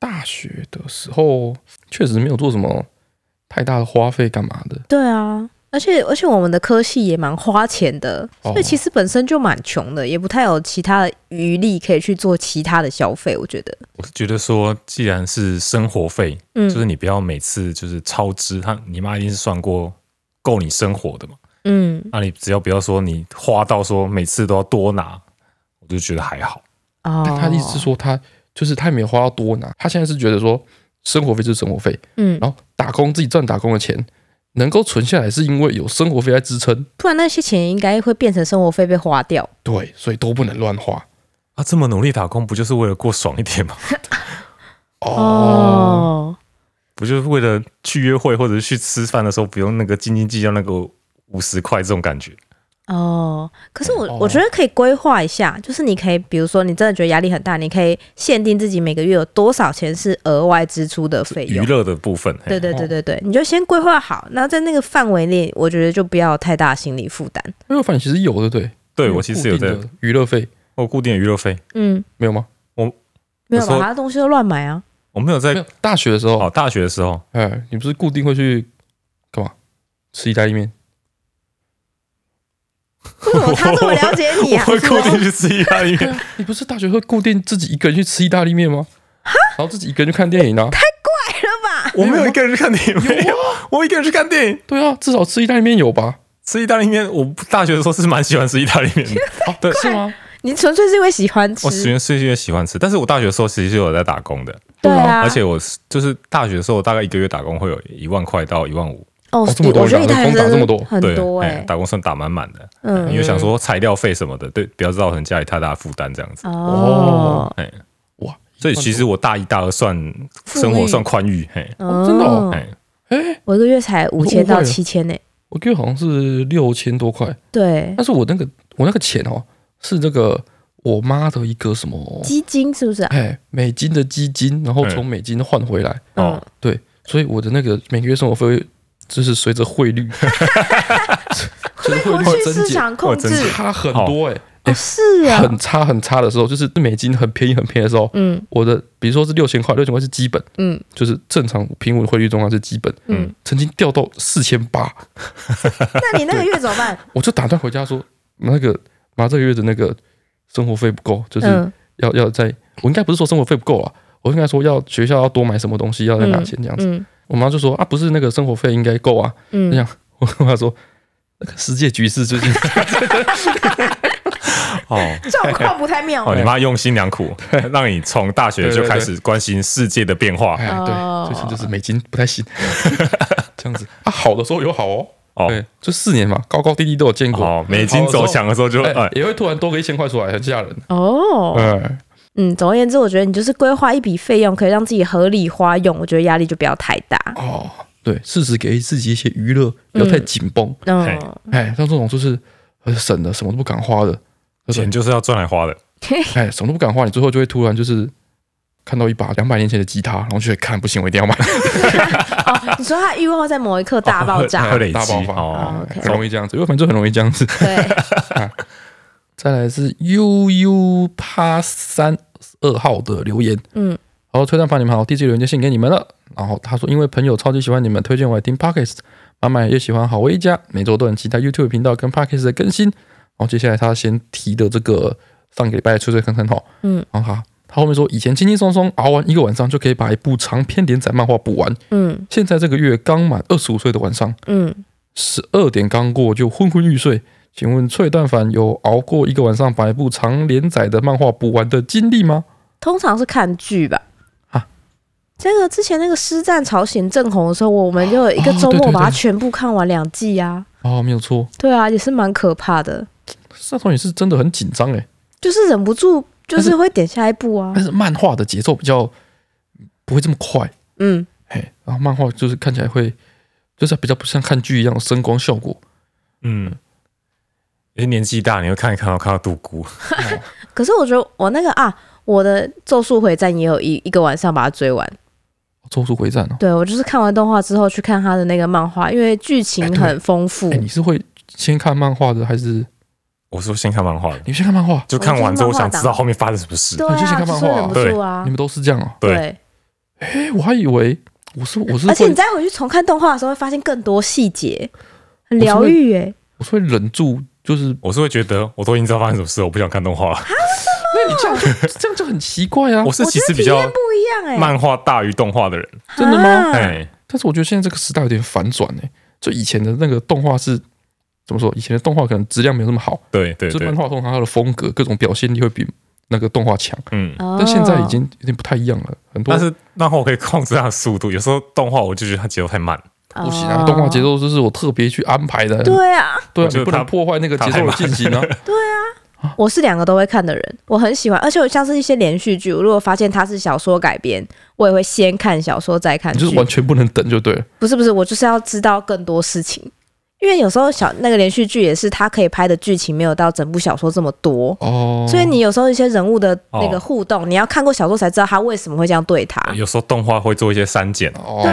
Speaker 2: 大学的时候确实没有做什么太大的花费干嘛的，
Speaker 4: 对啊，而且而且我们的科系也蛮花钱的，
Speaker 2: 哦
Speaker 4: 所以其实本身就蛮穷的，也不太有其他的余力可以去做其他的消费。我觉得，
Speaker 3: 我是觉得说，既然是生活费，
Speaker 4: 嗯，
Speaker 3: 就是你不要每次就是超支，他你妈一定是算过够你生活的嘛。
Speaker 4: 嗯
Speaker 3: 那你只要不要说你花到说每次都要多拿，我就觉得还好。
Speaker 4: 哦，
Speaker 2: 他意思是说他就是他也没有花到多拿，他现在是觉得说生活费就是生活费，
Speaker 4: 嗯，
Speaker 2: 然后打工自己赚打工的钱能够存下来，是因为有生活费在支撑，
Speaker 4: 不然那些钱应该会变成生活费被花掉。
Speaker 2: 对，所以都不能乱花
Speaker 3: 啊，这么努力打工，不就是为了过爽一点吗？ [LAUGHS]
Speaker 2: 哦。，
Speaker 3: 不就是为了去约会或者是去吃饭的时候不用那个斤斤计较那个五十块这种感觉？
Speaker 4: 哦，可是我、
Speaker 2: 哦
Speaker 4: 我觉得可以规划一下，就是你可以，比如说你真的觉得压力很大，你可以限定自己每个月有多少钱是额外支出的费
Speaker 3: 娱
Speaker 4: 用。
Speaker 3: 乐的部分，嘿
Speaker 4: 对对对对对，你就先规划好，那在那个范围内，我觉得就不要有太大心理负担。
Speaker 2: 因为反正其实有的，对，
Speaker 3: 对我其实有
Speaker 2: 固
Speaker 3: 在
Speaker 2: 定的娱乐费
Speaker 3: 我固定的娱乐费，
Speaker 4: 嗯，
Speaker 2: 没有吗？
Speaker 4: 没有
Speaker 3: 有时
Speaker 4: 把
Speaker 3: 候
Speaker 4: 他的东西都乱买啊。
Speaker 3: 我没有在
Speaker 2: 没有，大学的时候
Speaker 3: 哦，大学的时候，
Speaker 2: 哎，你不是固定会去干嘛？吃意大利面？
Speaker 4: 为什么他这么了解你啊？ [LAUGHS]
Speaker 3: 我会
Speaker 2: 哦
Speaker 3: 固定去吃意
Speaker 2: [LAUGHS]
Speaker 3: 大利面，
Speaker 2: 哎你不是大学会固定自己一个人去吃意大利面吗？然后自己一个人去看电影啊？
Speaker 3: 我没有一个人去看电影，没有，我一个人去看电影，
Speaker 2: 对啊，至少吃意大利面有吧？
Speaker 3: 吃意大利面。我大学的时候是蛮喜欢吃意大利面
Speaker 4: [LAUGHS]
Speaker 3: 的，
Speaker 2: 啊，
Speaker 3: 对
Speaker 2: 是吗？
Speaker 4: 你纯粹是因为喜欢
Speaker 3: 我喜
Speaker 4: 吃，
Speaker 3: 欢是因为喜欢吃，但是我大学的时候其实是有在打工的，
Speaker 4: 对啊，
Speaker 3: 而且我是就是大学的时候，我大概一个月打工会有一万块到一万五，
Speaker 4: 哦，
Speaker 2: 这么多
Speaker 4: 我觉得
Speaker 2: 打
Speaker 4: 一大学
Speaker 2: 工打这么多
Speaker 4: 很
Speaker 3: 对
Speaker 4: 多，
Speaker 3: 哎
Speaker 4: 哎，
Speaker 3: 打工算打满满的，因
Speaker 4: 嗯，
Speaker 3: 为想说材料费什么的，对，不要造成家里太大的负担这样子。
Speaker 4: 哦，
Speaker 3: 哎，
Speaker 2: 哇，
Speaker 3: 所以其实我大一、大二算生活算宽裕，嘿，
Speaker 2: 哦真的哦
Speaker 3: 哎，
Speaker 2: 哎，
Speaker 4: 我一个月才五千到七千呢。
Speaker 2: 我记得好像是六千多块，
Speaker 4: 对，
Speaker 2: 但是我那个我那个钱哦，是那个我妈的一个什么
Speaker 4: 基金是不是啊？
Speaker 2: 哎美金的基金，然后
Speaker 3: 嗯
Speaker 2: 从美金换回来，
Speaker 3: 哦，
Speaker 4: 嗯
Speaker 2: 所以我的那个每个月生活费就是随着汇率，就是汇
Speaker 4: 回
Speaker 2: 率
Speaker 4: 去
Speaker 2: 增
Speaker 4: 市
Speaker 2: 减，
Speaker 4: 场控制
Speaker 3: 会增
Speaker 2: 差很多哎、
Speaker 4: 哦，是啊，
Speaker 2: 很差很差的时候，就是美金很便宜很便宜的时候， [LAUGHS]
Speaker 4: 嗯
Speaker 2: 我的比如说是六千块，六千块是基本，
Speaker 4: 嗯
Speaker 2: 就是正常平稳汇率状况是基本，
Speaker 4: 嗯，
Speaker 2: 曾经掉到四千八，
Speaker 4: 那你那个月怎么办？
Speaker 2: 我就打算回家说，那个妈这个月的那个生活费不够， [LAUGHS] 就是
Speaker 4: 嗯
Speaker 2: 要、要在，我应该不是说生活费不够啊，我应该说要学校要多买什么东西，要再拿钱这样子。
Speaker 4: 嗯
Speaker 2: 我妈就说啊，不是那个生活费应该够啊， [LAUGHS] 这
Speaker 4: 嗯，
Speaker 2: 样我跟她说。那个世界局势最近 [LAUGHS]
Speaker 3: 哦，
Speaker 4: 状况不太
Speaker 2: [LAUGHS]
Speaker 4: 妙
Speaker 3: 哦，你妈用心良苦， [LAUGHS] 让你从大学就开始关心世界的变化
Speaker 2: 哎，
Speaker 4: 哦
Speaker 2: 对，最近就是美金不太行， [LAUGHS] 这样子啊，好的时候有好哦，
Speaker 3: 哦
Speaker 2: 对，就四年嘛，高高低低都有见过，
Speaker 3: 哦，美金走强的时候就
Speaker 2: 哎
Speaker 3: 哎，
Speaker 2: 也会突然多个一千块出来，很吓人。
Speaker 4: 哦，
Speaker 2: 哎，
Speaker 4: 嗯，总而言之，我觉得你就是规划一笔费用，可以让自己合理花用，我觉得压力就不要太大。
Speaker 2: 哦，对，适时给自己一些娱乐，不要太紧绷。
Speaker 3: 嘿
Speaker 4: 嗯，
Speaker 2: 哎，像这种就是很省的，什么都不敢花的，就是
Speaker 3: 钱就是要赚来花的，
Speaker 2: [LAUGHS] 哎，什么都不敢花，你最后就会突然就是看到一把两百年前的吉他，然后就会看不行，我一定要买，
Speaker 4: [LAUGHS] 你说他欲望会在某一刻大爆
Speaker 2: [LAUGHS]
Speaker 4: 炸
Speaker 3: 会，累积
Speaker 2: [LAUGHS] 大爆发，
Speaker 3: 哦
Speaker 2: 哎很容易这样子，因为反正就很容易这样子。
Speaker 4: 对，
Speaker 2: 再来是悠悠趴三二号的留言，
Speaker 4: 嗯，
Speaker 2: 好，推蛋趴你们好，第一次留言就献给你们了。然后他说，因为朋友超级喜欢你们，推荐我来听 Pockets，妈妈也喜欢好味一家，每周都很期待 YouTube 频道跟 Pockets 的更新。然后接下来他先提的这个上个礼拜的吹吹坑坑吼，
Speaker 4: 嗯，
Speaker 2: 然后他他后面说，以前轻轻松松熬完一个晚上就可以把一部长篇连载漫画补完，
Speaker 4: 嗯
Speaker 2: 现在这个月刚满二十五岁的晚上，
Speaker 4: 嗯，
Speaker 2: 十二点刚过就昏昏欲睡。请问翠蛋凡有熬过一个晚上把一部长连载的漫画补完的经历吗？
Speaker 4: 通常是看剧吧
Speaker 2: 啊。
Speaker 4: 这个之前那个《师战朝鲜》正红的时候，我们就有一个周
Speaker 2: 哦对对
Speaker 4: 末
Speaker 2: 对
Speaker 4: 把它全部看完两季啊。
Speaker 2: 哦，没有错，
Speaker 4: 对啊，也是蛮可怕的，
Speaker 2: 那时候也是真的很紧张欸诶。
Speaker 4: 就是忍不住，就
Speaker 2: 但
Speaker 4: 是
Speaker 2: 是呃
Speaker 4: 会点下一步啊
Speaker 2: 但。是漫画的节奏比较不会这么快，
Speaker 4: 嗯，
Speaker 2: 哎，然后漫画就是看起来会就是比较不像看剧一样有声光效果。
Speaker 3: 嗯。因为年纪大，你会看一看到看到独孤， [LAUGHS]
Speaker 4: 可是我觉得我那个啊，我的《咒术回战》也有一一个晚上把它追完。
Speaker 2: 咒术回战哦，
Speaker 4: 对我就是看完动画之后去看他的那个漫画，因为剧情很丰富。
Speaker 2: 哎，你是会先看漫画的还是
Speaker 3: 我说先看漫画的，
Speaker 2: 你先看漫画？
Speaker 3: 就看完之后我想知道后面发生什么事
Speaker 4: 对，
Speaker 2: 你就先
Speaker 4: 啊，
Speaker 2: 看
Speaker 4: 就
Speaker 2: 漫
Speaker 4: 是
Speaker 2: 画
Speaker 4: 忍
Speaker 2: 啊
Speaker 4: 不住啊
Speaker 2: 你。们都是这样哦？
Speaker 3: 对
Speaker 4: 对，
Speaker 2: 哎，我还以为我是我是
Speaker 4: 而且你
Speaker 2: 会
Speaker 4: 再回去重看动画的时候，会发现更多细节，很疗愈哎。
Speaker 2: 我是会忍住，就是
Speaker 3: 我是会觉得我都已经知道发生什么事了，我不想看动画了。
Speaker 2: 那你这样就这样就很奇怪啊
Speaker 3: 我。是
Speaker 4: [LAUGHS] 我
Speaker 3: 其
Speaker 4: 觉
Speaker 3: 实
Speaker 4: 得
Speaker 3: 比
Speaker 4: 体验
Speaker 3: 较
Speaker 4: 不一样哎、
Speaker 3: 漫画大于动画的人，
Speaker 2: 真的吗
Speaker 4: 啊
Speaker 3: 哎，
Speaker 2: 但是我觉得现在这个时代有点反转哎、就以前的那个动画是怎么说？以前的动画可能质量没有那么好，
Speaker 3: 对对
Speaker 2: 就是
Speaker 3: 对
Speaker 2: 漫，画通常它的风格、各种表现力会比那个动画强，
Speaker 3: 嗯。
Speaker 2: 但现在已
Speaker 4: 哦
Speaker 2: 经有点不太一样了。很多
Speaker 3: 但是漫画我可以控制它的速度，有时候动画我就觉得它节奏太慢，
Speaker 2: 不行啊，动画节奏就是我特别去安排的，
Speaker 4: 哦对啊，
Speaker 2: 对啊
Speaker 3: 我，觉
Speaker 2: 你
Speaker 3: 得
Speaker 2: 不
Speaker 3: 它
Speaker 2: 能破坏那个节奏的进行
Speaker 4: [LAUGHS]
Speaker 2: 啊。
Speaker 4: 我是两个都会看的人，我很喜欢，而且我像是一些连续剧，我如果发现它是小说改编，我也会先看小说再看
Speaker 2: 你
Speaker 4: 剧
Speaker 2: 就是。完全不能等就对了。
Speaker 4: 不是不是，我就是要知道更多事情，因为有时候小那个连续剧也是它可以拍的剧情没有到整部小说这么多。
Speaker 2: 哦，
Speaker 4: 所以你有时候一些人物的那个
Speaker 3: 哦
Speaker 4: 互动，你要看过小说才知道他为什么会这样对他。
Speaker 3: 有时候动画会做一些删减，
Speaker 2: 哦，
Speaker 4: 对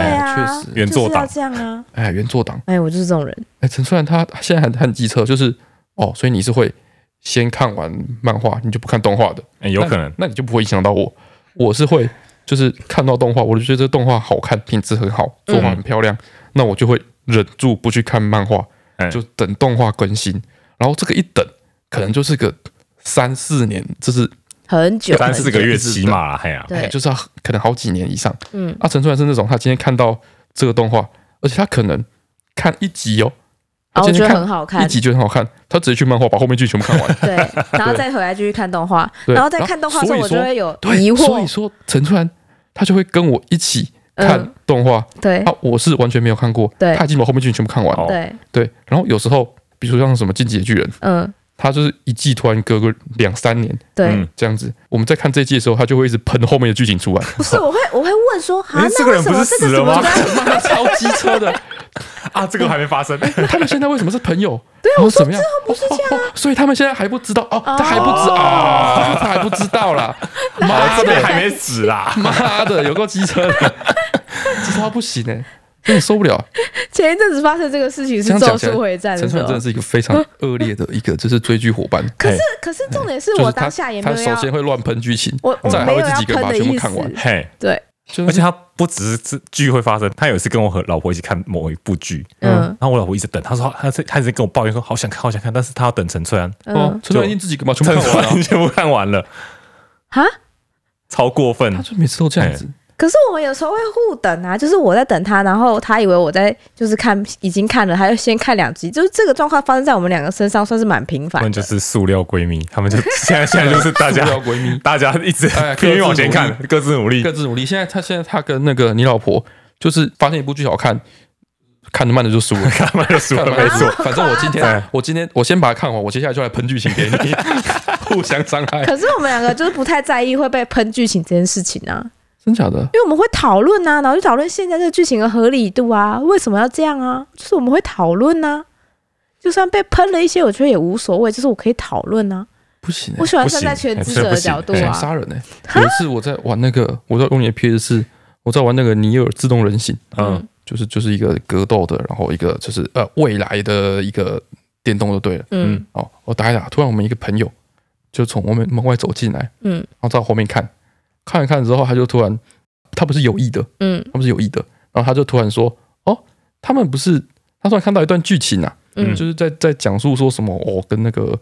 Speaker 2: 确
Speaker 4: 啊，
Speaker 2: 实，
Speaker 3: 原作党
Speaker 4: 就是要这样啊。
Speaker 2: 哎，原作党，
Speaker 4: 哎，我就是这种人，
Speaker 2: 哎，陈虽然他现在很很机车，就是哦，所以你是会先看完漫画，你就不看动画的，
Speaker 3: 哎有可能
Speaker 2: 那，那你就不会影响到我。我是会就是看到动画，我就觉得这动画好看，品质很好，作
Speaker 3: 嗯
Speaker 2: 画很漂亮，那我就会忍住不去看漫画，
Speaker 3: 哎
Speaker 2: 就等动画更新。然后这个一等，可能就是个三四年，就是
Speaker 4: 很久。
Speaker 3: 三四个月
Speaker 2: 一直
Speaker 3: 起码啦，嘿呀，
Speaker 4: 对
Speaker 2: 哎，就是要可能好几年以上。
Speaker 4: 嗯，
Speaker 2: 啊，陈川是那种他今天看到这个动画，而且他可能看一集哦，
Speaker 4: 然
Speaker 2: 他
Speaker 4: 后我
Speaker 2: 今
Speaker 4: 觉
Speaker 2: 天
Speaker 4: 得
Speaker 2: 看
Speaker 4: 很好看
Speaker 2: 一，集就很好看，他直接去漫画把后面剧全部看
Speaker 4: [LAUGHS]
Speaker 2: 完。 [LAUGHS]
Speaker 4: 对，然后再回来继续看动画，
Speaker 2: 对
Speaker 4: 然后再看动画的时候，
Speaker 2: 然后
Speaker 4: 我
Speaker 2: 所
Speaker 4: 就
Speaker 2: 以说
Speaker 4: 会有
Speaker 2: 对，
Speaker 4: 疑惑。
Speaker 2: 所以说陈川他就会跟我一起看
Speaker 4: 嗯，
Speaker 2: 动画，
Speaker 4: 对
Speaker 2: 啊，我是完全没有看过，
Speaker 4: 对
Speaker 2: 他已经把后面剧全部看完了。
Speaker 3: 哦
Speaker 4: 对，
Speaker 2: 对，然后有时候比如说像什么《进击的巨人》，
Speaker 4: 嗯，
Speaker 2: 他就是一季突然隔个两三年
Speaker 4: 对
Speaker 3: 嗯。
Speaker 2: 这样子，我们在看这一季的时候，他就会一直喷后面的剧情出来，
Speaker 4: 不是，我会我会问说，
Speaker 3: 诶
Speaker 4: 哈，
Speaker 3: 这
Speaker 4: 那
Speaker 3: 个
Speaker 4: 为
Speaker 3: 人
Speaker 4: 什
Speaker 3: 不
Speaker 4: 么
Speaker 3: 是
Speaker 4: 这
Speaker 3: 死
Speaker 4: 个
Speaker 3: 了
Speaker 4: 怎么
Speaker 3: 吗
Speaker 4: 这样？
Speaker 2: 他妈超机车的。
Speaker 3: 啊，这个还没发生，
Speaker 2: 他们现在为什么是朋友？对啊，我怎么样？不是这样、哦哦所以他们现在还不知道哦，他还不知道，哦他还不知道啦。妈
Speaker 3: 这边
Speaker 2: 的，
Speaker 3: 还没死啦，
Speaker 2: 妈的，有够机车的，机车到不行哎、真的受不了。
Speaker 4: [LAUGHS]
Speaker 2: 啊
Speaker 4: 前一阵子发生这个事情
Speaker 2: 这
Speaker 4: 是《
Speaker 2: 样
Speaker 4: 咒
Speaker 2: 讲起来，
Speaker 4: 术回战》
Speaker 2: 陈
Speaker 4: 的时
Speaker 2: 川真
Speaker 4: 候
Speaker 2: 的，是一个非常恶劣的一个，就是追剧伙伴。
Speaker 4: 可是
Speaker 3: 嘿
Speaker 4: 可是重 [LAUGHS] 点是
Speaker 2: 就是
Speaker 4: 我
Speaker 2: 他
Speaker 4: 当下也没
Speaker 2: 他
Speaker 4: 有
Speaker 2: 首
Speaker 4: 要，
Speaker 2: 先会乱喷剧情，
Speaker 4: 我我
Speaker 2: 再来
Speaker 4: 没
Speaker 2: 还会
Speaker 4: 有
Speaker 2: 自
Speaker 4: 要
Speaker 2: 己一个人
Speaker 4: 喷
Speaker 2: 把它
Speaker 4: 的
Speaker 2: 全部
Speaker 4: 意
Speaker 2: 看完
Speaker 4: 思。
Speaker 3: 嘿，
Speaker 4: 对，
Speaker 2: 就是
Speaker 3: [LAUGHS] 而且他不只是剧会发生，他有一次跟我和老婆一起看某一部剧，
Speaker 4: 嗯
Speaker 3: 嗯，然后我老婆一直等，她说她在她一直跟我抱怨说好想看好想看，但是她要等陈翠安，
Speaker 2: 哦
Speaker 4: 嗯，，
Speaker 2: 陈川已经自己把全
Speaker 3: [LAUGHS]
Speaker 2: 部看
Speaker 3: 陈翠
Speaker 2: 完了
Speaker 3: 安，全部看完了，
Speaker 4: 哈。
Speaker 3: 超
Speaker 2: [LAUGHS]
Speaker 3: 过
Speaker 2: 他
Speaker 3: 分，
Speaker 2: 就每次都这样子。
Speaker 4: 可是我们有时候会互等啊，就是我在等他，然后他以为我在就是看已经看了，他就先看两集，就是这个状况发生在我们两个身上算是蛮频
Speaker 3: 他
Speaker 4: 繁
Speaker 3: 们就
Speaker 4: 的。
Speaker 3: 是塑料闺蜜，他们就 [LAUGHS] 现在现在就是哎大家
Speaker 2: 塑料闺蜜
Speaker 3: 大家一直
Speaker 2: 哎
Speaker 3: 拼命往前看
Speaker 2: 各，
Speaker 3: 各自努力
Speaker 2: 各，自努力。现在他现在他跟那个你老婆，就是发现一部剧好看，看得慢的就输
Speaker 3: [LAUGHS]
Speaker 2: 了。
Speaker 3: 他们就输了，
Speaker 2: 干嘛
Speaker 3: 没错，
Speaker 2: 反正我今天
Speaker 3: 哎，
Speaker 2: 我今天我先把它看完，我接下来就来喷剧情给
Speaker 4: [LAUGHS]
Speaker 2: 你，互相伤害，
Speaker 4: 可是我们两个就是不太在意会被喷剧情这件事情啊，
Speaker 2: 真假的？
Speaker 4: 因为我们会讨论啊，然后就讨论现在这个剧情的合理度啊，为什么要这样啊？就是我们会讨论啊，就算被喷了一些，我觉得也无所谓，就是我可以讨论啊。
Speaker 2: 不行欸、
Speaker 4: 我喜欢
Speaker 3: 不行
Speaker 4: 站在全知者
Speaker 3: 哎这不
Speaker 4: 的
Speaker 3: 行
Speaker 4: 角度
Speaker 2: 我想
Speaker 4: 啊，
Speaker 2: 杀人呢、有一次我在玩那个，我在用你的 PS 四，我在玩那个《尼尔：自动人形》，
Speaker 3: 嗯，
Speaker 2: 就是就是一个格斗的，然后一个就是呃未来的一个电动就对了。
Speaker 4: 嗯
Speaker 2: 哦，我打一打，突然我们一个朋友就从我们门外走进来，
Speaker 4: 嗯
Speaker 2: 然后在我后面看，看一看之后，他就突然，他不是有意的，
Speaker 4: 嗯
Speaker 2: 他不是有意的，然后他就突然说：“哦，他们不是，他突然看到一段剧情啊，
Speaker 4: 嗯
Speaker 2: 就是在在讲述说什么哦，跟那个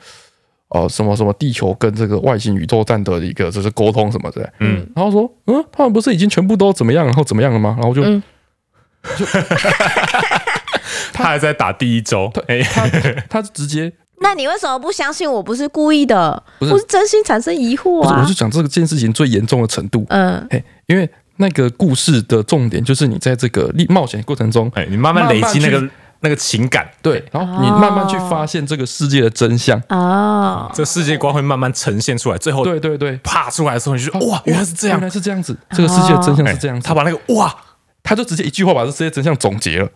Speaker 2: 呃什么什么地球跟这个外星宇宙站的一个就是沟通什么之类。
Speaker 4: 嗯
Speaker 3: 嗯，
Speaker 2: 然后说，嗯，他们不是已经全部都怎么样，然后怎么样了吗？然后就、
Speaker 4: 嗯
Speaker 3: 他还在打第一周，哎，
Speaker 2: 他他直接
Speaker 4: 那你为什么不相信我不是故意的？
Speaker 2: 不是
Speaker 4: 我是真心产生疑惑
Speaker 2: 不是，我
Speaker 4: 啊
Speaker 2: 就。讲这件事情最严重的程度，
Speaker 4: 嗯，
Speaker 2: 嘿，因为那个故事的重点就是你在这个历冒险过程中，
Speaker 3: 哎，你慢慢累积那
Speaker 2: 慢
Speaker 3: 个那个情感，
Speaker 2: 对，然后你
Speaker 4: 哦
Speaker 2: 慢慢去发现这个世界的真相。
Speaker 4: 哦，
Speaker 3: 这世界观会慢慢呈现出来，最后
Speaker 2: 啊对哦对对，
Speaker 3: 啪出来的时候，你就觉得哦哇，原来是这样
Speaker 2: 原来，是这样子，这个世界的真相是这样
Speaker 3: 哎
Speaker 2: 子。
Speaker 3: 他把那个哇
Speaker 2: 他就直接一句话把这世界真相总结了。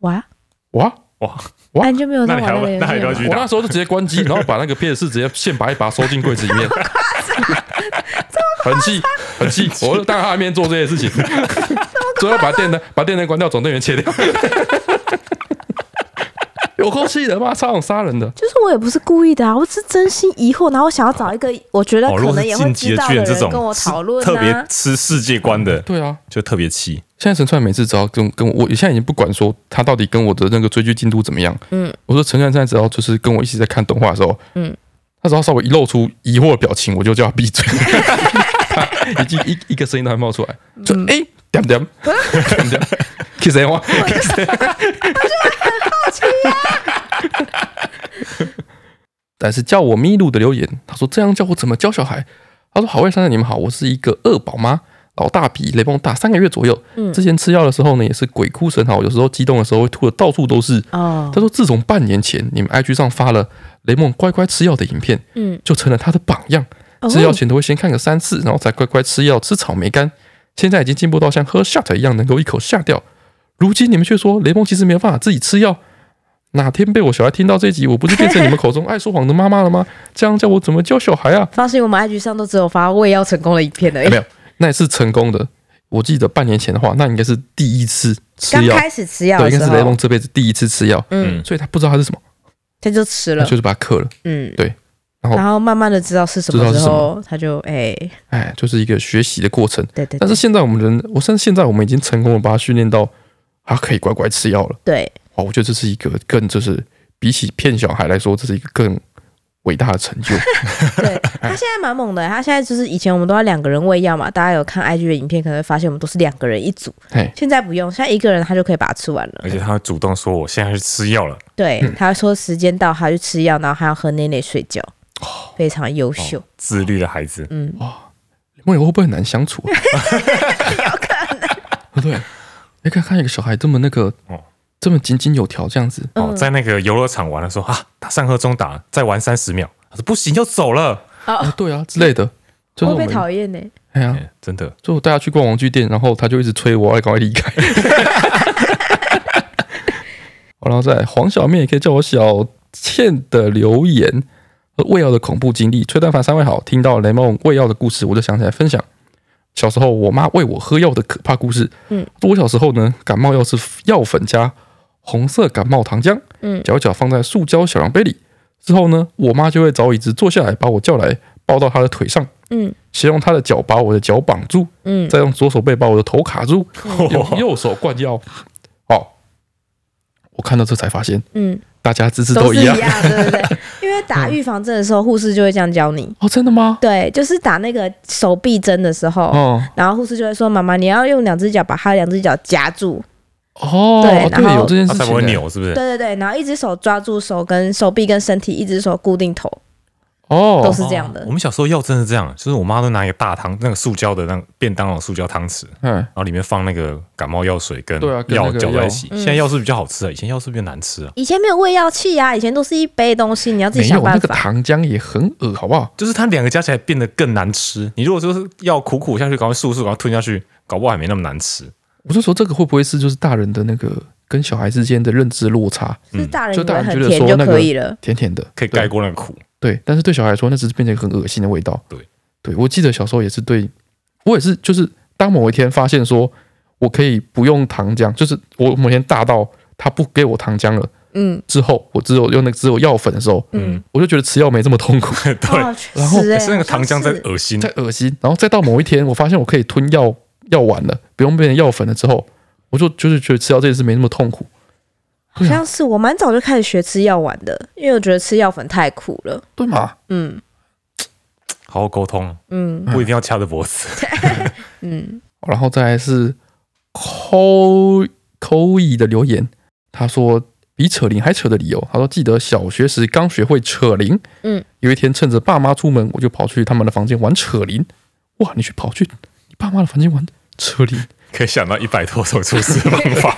Speaker 4: 哇，
Speaker 2: 哇！
Speaker 3: 哇，
Speaker 2: 哇
Speaker 4: 那你就没有
Speaker 3: 那
Speaker 4: 在
Speaker 3: 你还
Speaker 4: 玩
Speaker 3: 要
Speaker 4: 那个游
Speaker 3: 那还
Speaker 4: 戏
Speaker 3: 要
Speaker 4: 了
Speaker 3: 继
Speaker 4: 吗
Speaker 3: 续
Speaker 2: 我
Speaker 3: 打
Speaker 2: 那？时候就直接关 [LAUGHS] 机，然后把那个 PS 四直接现拔一拔收进柜子里面。很气，很气！我就当着他的面做这些事情， [LAUGHS] 最后把电灯把电灯关掉，总电源切掉。有够气的，妈，差点杀人的。
Speaker 5: 就是我也不是故意的啊，我是真心疑惑，然后我想要找一个我觉得
Speaker 3: 哦，
Speaker 5: 可
Speaker 3: 如果
Speaker 5: 能
Speaker 3: 是
Speaker 5: 也会
Speaker 3: 进击
Speaker 5: 知
Speaker 3: 的
Speaker 5: 道
Speaker 3: 巨人这
Speaker 5: 人
Speaker 3: 种
Speaker 5: 跟我
Speaker 3: 是
Speaker 5: 讨论
Speaker 3: 特别
Speaker 5: 啊。
Speaker 3: 吃世界观的，
Speaker 2: 对啊，
Speaker 3: 就特别气。
Speaker 2: 现在陈川每次只要跟跟我，我现在已经不管说他到底跟我的那个追剧进度怎么样，
Speaker 4: 嗯，
Speaker 2: 我说陈川现在只要就是跟我一起在看动画的时候，
Speaker 4: 嗯，
Speaker 2: 他只要稍微一露出疑惑的表情，我就叫他闭嘴，已经一一个声音都还冒出来，就哎、欸点点点点，kiss 啊我，但是叫我咪露的留言，他说这样叫我怎么教小孩？他说好，外珊珊你们好，我是一个二宝妈，老大比雷蒙大三个月左右。
Speaker 4: 嗯
Speaker 2: 之前吃药的时候呢，也是鬼哭神嚎，有时候激动的时候会吐的到处都是。
Speaker 4: 哦
Speaker 2: 他，说自从半年前你们 IG 上发了雷蒙乖乖吃药的影片，
Speaker 4: 嗯，
Speaker 2: 就成了他的榜样。
Speaker 4: 哦
Speaker 2: 吃药前都会先看个三次，然后才乖乖吃药吃草莓干。现在已经进步到像喝 shot 一样能够一口下掉。如今你们却说雷蒙其实没有办法自己吃药。哪天被我小孩听到这集，我不是变成你们口中爱说谎的妈妈了吗？这样叫我怎么教小孩啊？
Speaker 4: 放心，我们 IG 上都只有发我也要成功的影片而已
Speaker 2: 哎没。有，那也是成功的。我记得半年前的话，那应该是第一次哎吃
Speaker 4: 刚
Speaker 2: 药，
Speaker 4: 开始吃药
Speaker 2: 对，
Speaker 4: 的
Speaker 2: 应
Speaker 4: 时
Speaker 2: 该是雷
Speaker 4: 候
Speaker 2: 蒙，这辈子第一次吃药，
Speaker 4: 嗯，
Speaker 2: 所以他不知道它是什么，
Speaker 4: 他就吃
Speaker 2: 他
Speaker 4: 了，
Speaker 2: 就是把它嗑了。
Speaker 4: 嗯，
Speaker 2: 对然后
Speaker 4: 然后慢慢的知道是什么
Speaker 2: 知道
Speaker 4: 之
Speaker 2: 是什
Speaker 4: 后，他就哎，
Speaker 2: 哎，就是一个学习的过程。
Speaker 4: 对对
Speaker 2: 但
Speaker 4: 对
Speaker 2: 是现在我们人，我现现在我们已经成功的把它训练到，他可以乖乖吃药了。
Speaker 4: 对，
Speaker 2: 哇，我觉得这是一个更就是比起骗小孩来说，这是一个更伟大的成
Speaker 4: [LAUGHS]
Speaker 2: 就。
Speaker 4: 对他现在蛮猛的，他现在就是以前我们都要两个人喂药嘛，大家有看 IG 的影片可能会发现我们都是两个人一组，
Speaker 2: 哎，
Speaker 4: 现在不用，现在一个人他就可以把它吃完了
Speaker 3: 而。且他会主动说：“我现在去吃药了。
Speaker 4: 对，
Speaker 2: 嗯
Speaker 4: 他说时间到，他去吃药，然后还要和奶奶睡觉，
Speaker 2: 哦
Speaker 4: 非常优秀。”
Speaker 3: 自律的孩子，
Speaker 4: 嗯，
Speaker 2: 雷梦友会不会很难相处、
Speaker 4: [LAUGHS]
Speaker 2: 啊？ [LAUGHS] 有可能，对不对？你看看一个小孩这么那个
Speaker 3: 哦，
Speaker 2: 这么井井有条这样子，
Speaker 5: 嗯
Speaker 3: 哦，在那个游乐场玩的时候啊，他上课中打，再玩三十秒，他说不行就走了。
Speaker 2: 啊，对啊之类的，就是
Speaker 4: 会
Speaker 2: 我
Speaker 4: 被讨
Speaker 2: 们
Speaker 4: 厌呢。
Speaker 2: 哎呀，
Speaker 3: 哎真的，
Speaker 2: 就我带他去逛玩具店，然后他就一直催我要赶快离
Speaker 4: [LAUGHS]
Speaker 2: 开。好然后再来黄小面也可以叫我小倩的留言，胃药的恐怖经历。崔丹凡三位好，听到雷梦胃药的故事，我就想起来分享小时候我妈喂我喝药的可怕故事。
Speaker 4: 嗯，
Speaker 2: 我小时候呢，感冒药是药粉加红色感冒糖浆，
Speaker 4: 嗯
Speaker 2: 搅一搅放在塑胶小量杯里。之后呢，我妈就会找椅子坐下来，把我叫来，抱到她的腿上，
Speaker 4: 嗯
Speaker 2: 先用她的脚把我的脚绑住，
Speaker 4: 嗯，
Speaker 2: 再用左手背把我的头卡住，用
Speaker 3: 哦
Speaker 2: 右手灌药。哦，我看到这才发现，
Speaker 4: 嗯，
Speaker 2: 大家姿势
Speaker 4: 都
Speaker 2: 都
Speaker 4: 是
Speaker 2: 一
Speaker 4: 一
Speaker 2: 样。
Speaker 4: 样，对对对。因为打预防针的时候，护士就会这样教你。
Speaker 2: 哦，真的吗？
Speaker 4: 对，就是打那个手臂针的时候，
Speaker 2: 哦
Speaker 4: 然后护士就会说：“妈妈，你要用两只脚把他两只脚夹住。
Speaker 2: 哦，
Speaker 4: 对然后
Speaker 2: 有这件
Speaker 3: 他
Speaker 2: 事
Speaker 3: 才不
Speaker 2: 情
Speaker 3: 会
Speaker 2: 欸。
Speaker 3: 扭，是不”是？
Speaker 4: 对对对，然后一只手抓住手跟手臂跟身体，一只手固定头，
Speaker 2: 哦，
Speaker 4: 都是这样的
Speaker 3: 哦我。们小时候药真的这样，就是我妈都拿一个大汤，那个塑胶的那个便当的塑胶汤匙，
Speaker 2: 嗯，
Speaker 3: 然后里面放那个感冒药水跟
Speaker 2: 对啊跟那
Speaker 3: 药
Speaker 2: 个
Speaker 3: 搅
Speaker 2: 药
Speaker 3: 在一起。
Speaker 4: 嗯
Speaker 3: 现在药是比较好吃啊，以前药是比较难吃啊。
Speaker 4: 以前没有喂药器啊，以前都是一杯东西，你要自己
Speaker 2: 没
Speaker 4: 想
Speaker 2: 有那
Speaker 4: 办
Speaker 2: 个
Speaker 4: 法。
Speaker 2: 糖浆也很恶，好不好？
Speaker 3: 就是它两个加起来变得更难吃。你如果就是要苦苦下去，赶快速速赶快吞下去，搞不好还没那么难吃。
Speaker 2: 我就说这个会不会是就是大人的那个跟小孩之间的认知落差？
Speaker 3: 嗯
Speaker 4: 就是大人以
Speaker 2: 就大
Speaker 4: 为
Speaker 2: 人
Speaker 4: 很
Speaker 2: 觉得
Speaker 4: 甜
Speaker 2: 说
Speaker 4: 就
Speaker 2: 那个
Speaker 4: 可以了。
Speaker 2: 甜甜的
Speaker 3: 可以
Speaker 2: 对
Speaker 3: 盖过那个苦。
Speaker 2: 对，但是对小孩来说，那只是变成一个很恶心的味道。
Speaker 3: 对，
Speaker 2: 对我记得小时候也是对，我也是，就是当某一天发现说我可以不用糖浆，就是我某天大到他不给我糖浆了
Speaker 4: 嗯
Speaker 2: 之后，我只有用那个只有药粉的时候，
Speaker 4: 嗯
Speaker 3: 嗯，
Speaker 2: 我就觉得吃药没这么痛苦，
Speaker 3: [LAUGHS] 对，
Speaker 4: 哦，确
Speaker 2: 然后
Speaker 4: 实
Speaker 3: 可
Speaker 4: 欸
Speaker 3: 是那个
Speaker 4: 好像
Speaker 3: 糖浆在呃
Speaker 4: 是
Speaker 3: 恶心
Speaker 2: [LAUGHS] 太。恶心。然后再到某一天，我发现我可以吞药药丸了，不用变成药粉了之后，我就就是觉得吃药这件事没那么痛苦。
Speaker 4: 好像是我蛮早就开始学吃药丸的，因为我觉得吃药粉太苦了。
Speaker 2: 对嘛？
Speaker 4: 嗯
Speaker 3: 好好沟通，哦
Speaker 4: 嗯
Speaker 3: 不一定要掐着脖
Speaker 4: [LAUGHS]
Speaker 3: 子。
Speaker 4: 嗯，
Speaker 2: 然后再来是扣扣一的留言，他说比扯铃还扯的理由，他说记得小学时刚学会扯铃，
Speaker 4: 嗯，
Speaker 2: 有一天趁着爸妈出门，我就跑去他们的房间玩扯铃。哇，你去跑去你爸妈的房间玩扯铃？
Speaker 3: 可以想到一百多种出事方法。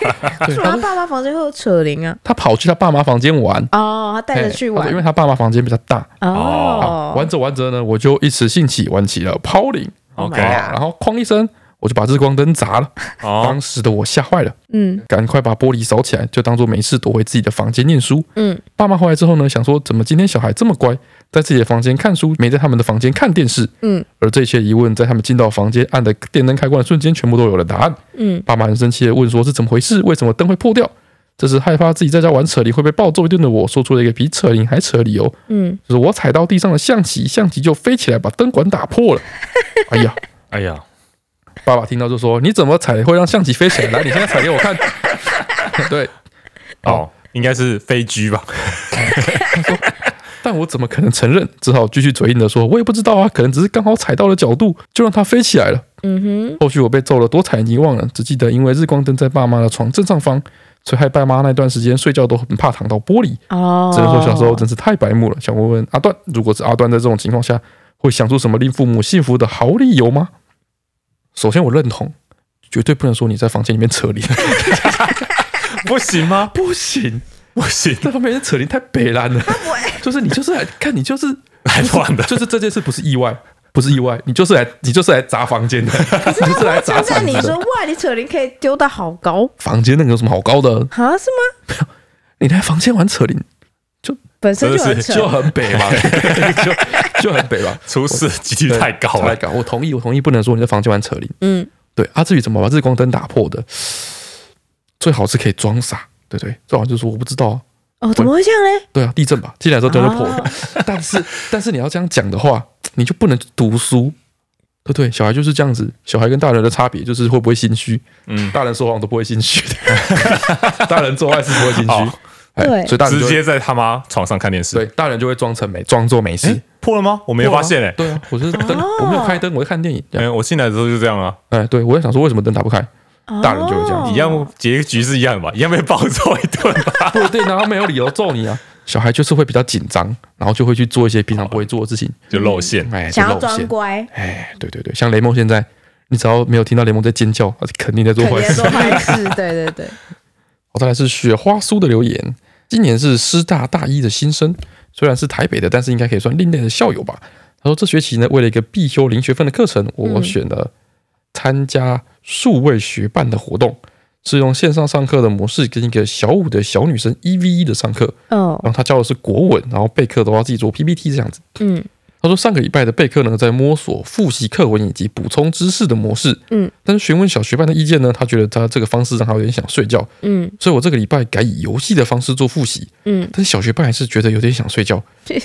Speaker 2: 对，
Speaker 4: 不
Speaker 2: 他
Speaker 4: 然
Speaker 2: 说
Speaker 4: 爸妈房间会有扯铃啊。
Speaker 2: 他跑去他爸妈房间玩。
Speaker 4: 哦，他带着
Speaker 2: 哎
Speaker 4: 去
Speaker 2: 他说因
Speaker 4: 玩
Speaker 2: 为他爸妈房间比较大，
Speaker 4: 哦
Speaker 2: 好，玩着玩着呢，我就一时兴起玩起了抛铃，
Speaker 4: [LAUGHS] Oh my
Speaker 3: OK，
Speaker 4: god
Speaker 2: 然后哐一声，我就把日光灯砸了，
Speaker 3: 哦
Speaker 2: 当，时的我吓坏了，
Speaker 4: 嗯
Speaker 2: 赶快把玻璃扫起来，就当做没事，躲回自己的房间念书。
Speaker 4: 嗯，
Speaker 2: 爸妈回来之后呢，想说怎么今天小孩这么乖，在自己的房间看书，没在他们的房间看电视。
Speaker 4: 嗯，
Speaker 2: 而这些疑问在他们进到房间按的电灯开关的瞬间，全部都有了答案。
Speaker 4: 嗯
Speaker 2: 爸妈很生气的问说是怎么回事，为什么灯会破掉？这是害怕自己在家玩扯铃会被暴揍一顿的我，说出了一个比扯铃还扯的理由，
Speaker 4: 嗯，
Speaker 2: 就是我踩到地上的象棋，象棋就飞起来把灯管打破了。哎呀，
Speaker 3: 哎呀，
Speaker 2: 爸爸听到就说：“你怎么踩会让象棋飞起来？来，你现在踩给我看。” [LAUGHS] 对，
Speaker 4: 嗯
Speaker 3: 哦，应该是飞狙
Speaker 4: [LAUGHS]
Speaker 3: 吧？
Speaker 2: 但我怎么可能承认？只好继续嘴硬的说：“我也不知道啊，可能只是刚好踩到了角度，就让它飞起来了。”嗯哼。后续我被揍了多惨已经忘了，只记得因为日光灯在爸妈的床正上方，所以害爸妈那段时间睡觉都很怕躺到玻璃。
Speaker 4: 哦，
Speaker 2: 只能说小时候真是太白目了。想问问阿段，如果是阿段在这种情况下，会想出什么令父母信服的好理由吗？首先，我认同，绝对不能说你在房间里面扯铃，
Speaker 3: 不行吗？
Speaker 2: 不 [LAUGHS] 行，
Speaker 3: [LAUGHS] 不行，
Speaker 2: 在房间扯铃太北蓝了。就是你就是来看，你就是
Speaker 3: 来乱的。
Speaker 2: 就是这件事不是意外，不是意外，你就是来你就是来砸房间的，你就是来砸
Speaker 4: 现在
Speaker 2: 场
Speaker 4: 你
Speaker 2: 子
Speaker 4: 说
Speaker 2: 的。
Speaker 4: 哇，你扯铃可以丢到好高
Speaker 2: 房间那个有什么好高的？
Speaker 4: 啊？是吗？
Speaker 2: 你来房间玩扯铃
Speaker 4: 本身就
Speaker 3: 真
Speaker 4: 很
Speaker 3: 的是
Speaker 4: 扯，
Speaker 2: 就很北嘛，就就很北嘛。
Speaker 3: 出事的几率太高
Speaker 2: 太
Speaker 3: 了，
Speaker 2: 高。我同意，我同意，不能说你在房间玩扯铃。
Speaker 4: 嗯，
Speaker 2: 对啊，至于怎么把日光灯打破的，最好是可以装傻，对不对？最好就是说我不知道啊，
Speaker 4: 哦，怎么会这样嘞？
Speaker 2: 对啊，地震吧，进来之后灯
Speaker 4: 啊
Speaker 2: 就破了。 [LAUGHS] 但是但是你要这样讲的话，你就不能读书，对不对？小孩就是这样子，小孩跟大人的差别就是会不会心虚。
Speaker 3: 嗯
Speaker 2: 大人说谎都不会心虚 [LAUGHS] 的，大人做坏事不会心虚
Speaker 3: 哦。
Speaker 2: 哎
Speaker 4: 对
Speaker 2: 所以大人就
Speaker 3: 直
Speaker 2: 会
Speaker 3: 接在他妈床上看电视。
Speaker 2: 对大人就会装成没装作没事
Speaker 3: 诶，，破了吗？我没有发现
Speaker 2: 哎。
Speaker 3: 哎。
Speaker 2: 对啊，我是灯，
Speaker 4: 哦
Speaker 2: 我没有开灯，我在看电影。这样
Speaker 3: 嗯，我进来的时候就这样啊，
Speaker 2: 哎，对我在想说为什么灯打不
Speaker 3: [LAUGHS]
Speaker 2: 开，大人就会这样
Speaker 4: 哦
Speaker 3: 一样结局是一样的吧，一样被暴揍一顿
Speaker 2: [LAUGHS]
Speaker 3: 吧。
Speaker 2: 不一定啊，他没有理由揍你啊。小孩就是会比较紧张，然后就会去做一些平常不会做的事情，
Speaker 3: 就露馅，
Speaker 2: 哎，就
Speaker 4: 想要
Speaker 2: 露
Speaker 4: 装
Speaker 2: 馅。
Speaker 4: 乖，
Speaker 2: 哎，对对对，像雷蒙现在，你只要没有听到雷蒙在尖叫，他肯定在做
Speaker 4: 肯
Speaker 2: 坏
Speaker 4: 定
Speaker 2: 事
Speaker 4: 做。坏事，对对对，
Speaker 2: 好，再来是雪花酥的留言，今年是师大大一的新生，虽然是台北的，但是应该可以算另类的校友吧。他说这学期呢，为了一个必修零学分的课程，我选了参加数位学伴的活动，是用线上上课的模式跟一个小五的小女生一 v 一的上课。
Speaker 4: 哦，
Speaker 2: 然后他教的是国文，然后备课都要自己做 PPT 这样子。
Speaker 4: 嗯，
Speaker 2: 他说上个礼拜的备课呢，在摸索复习课文以及补充知识的模式。
Speaker 4: 嗯，
Speaker 2: 但是询问小学班的意见呢，他觉得他这个方式让他有点想睡觉，
Speaker 4: 嗯
Speaker 2: 所以我这个礼拜改以游戏的方式做复习。
Speaker 4: 嗯，
Speaker 2: 但是小学班还是觉得有点想睡觉。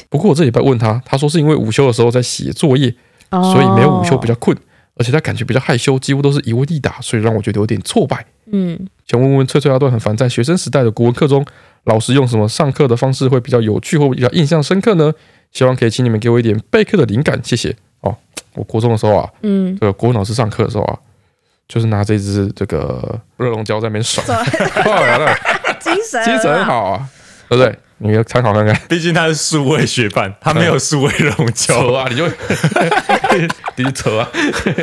Speaker 2: 不过我这礼拜问他，他说是因为午休的时候在写作业，
Speaker 4: 哦
Speaker 2: 所以没有午休比
Speaker 4: 较，
Speaker 2: 较困，而且他感觉比较害羞，几乎都是一问一答，所以让我觉得有点挫败。
Speaker 4: 嗯
Speaker 2: 想问问翠翠阿段很烦，在学生时代的国文课中，老师用什么上课的方式会比较有趣或比较印象深刻呢？希望可以请你们给我一点备课的灵感，谢谢。哦，我国中的时候啊，
Speaker 4: 嗯，
Speaker 2: 这个国文老师上课的时候啊，就是拿这支这个热熔胶在那边甩，哦爆了，
Speaker 4: 精神
Speaker 2: 精神很好啊，对不对？你要参考看看，
Speaker 3: 毕竟他是数位学伴，他没有数位融
Speaker 2: [LAUGHS] 扯
Speaker 3: 胶。
Speaker 2: 啊，你就你就扯啊，对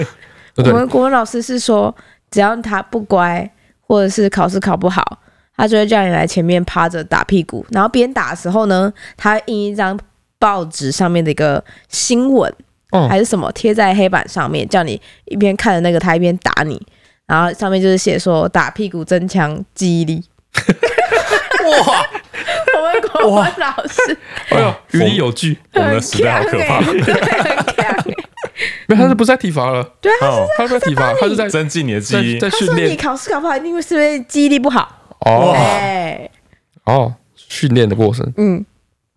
Speaker 2: 不
Speaker 4: 我
Speaker 2: 对？
Speaker 4: 们国文老师是说，只要他不乖，或者是考试考不好，他就会叫你来前面趴着打屁股，然后边打的时候呢，他印一张报纸上面的一个新闻
Speaker 2: 哦
Speaker 4: 还是什么贴在黑板上面，叫你一边看着那个，他一边打你。然后上面就是写说打屁股增强记忆力。哇！我们国文老师
Speaker 2: 哎呦，
Speaker 3: 哦我
Speaker 2: 于理有据，
Speaker 3: 我们的时代好可怕
Speaker 4: 很强欸对，很强欸
Speaker 2: 没有，他是不是在体罚了？
Speaker 3: 哦，
Speaker 2: 他不是在体罚，他是在
Speaker 3: 增进你的记忆
Speaker 2: 欸在在。
Speaker 4: 他
Speaker 2: 训
Speaker 4: 说你
Speaker 2: 练
Speaker 4: 考试考不好，一定会是因为记忆力不好。
Speaker 2: 哦。
Speaker 4: 哎，
Speaker 2: 哦，训练的过程
Speaker 4: 嗯，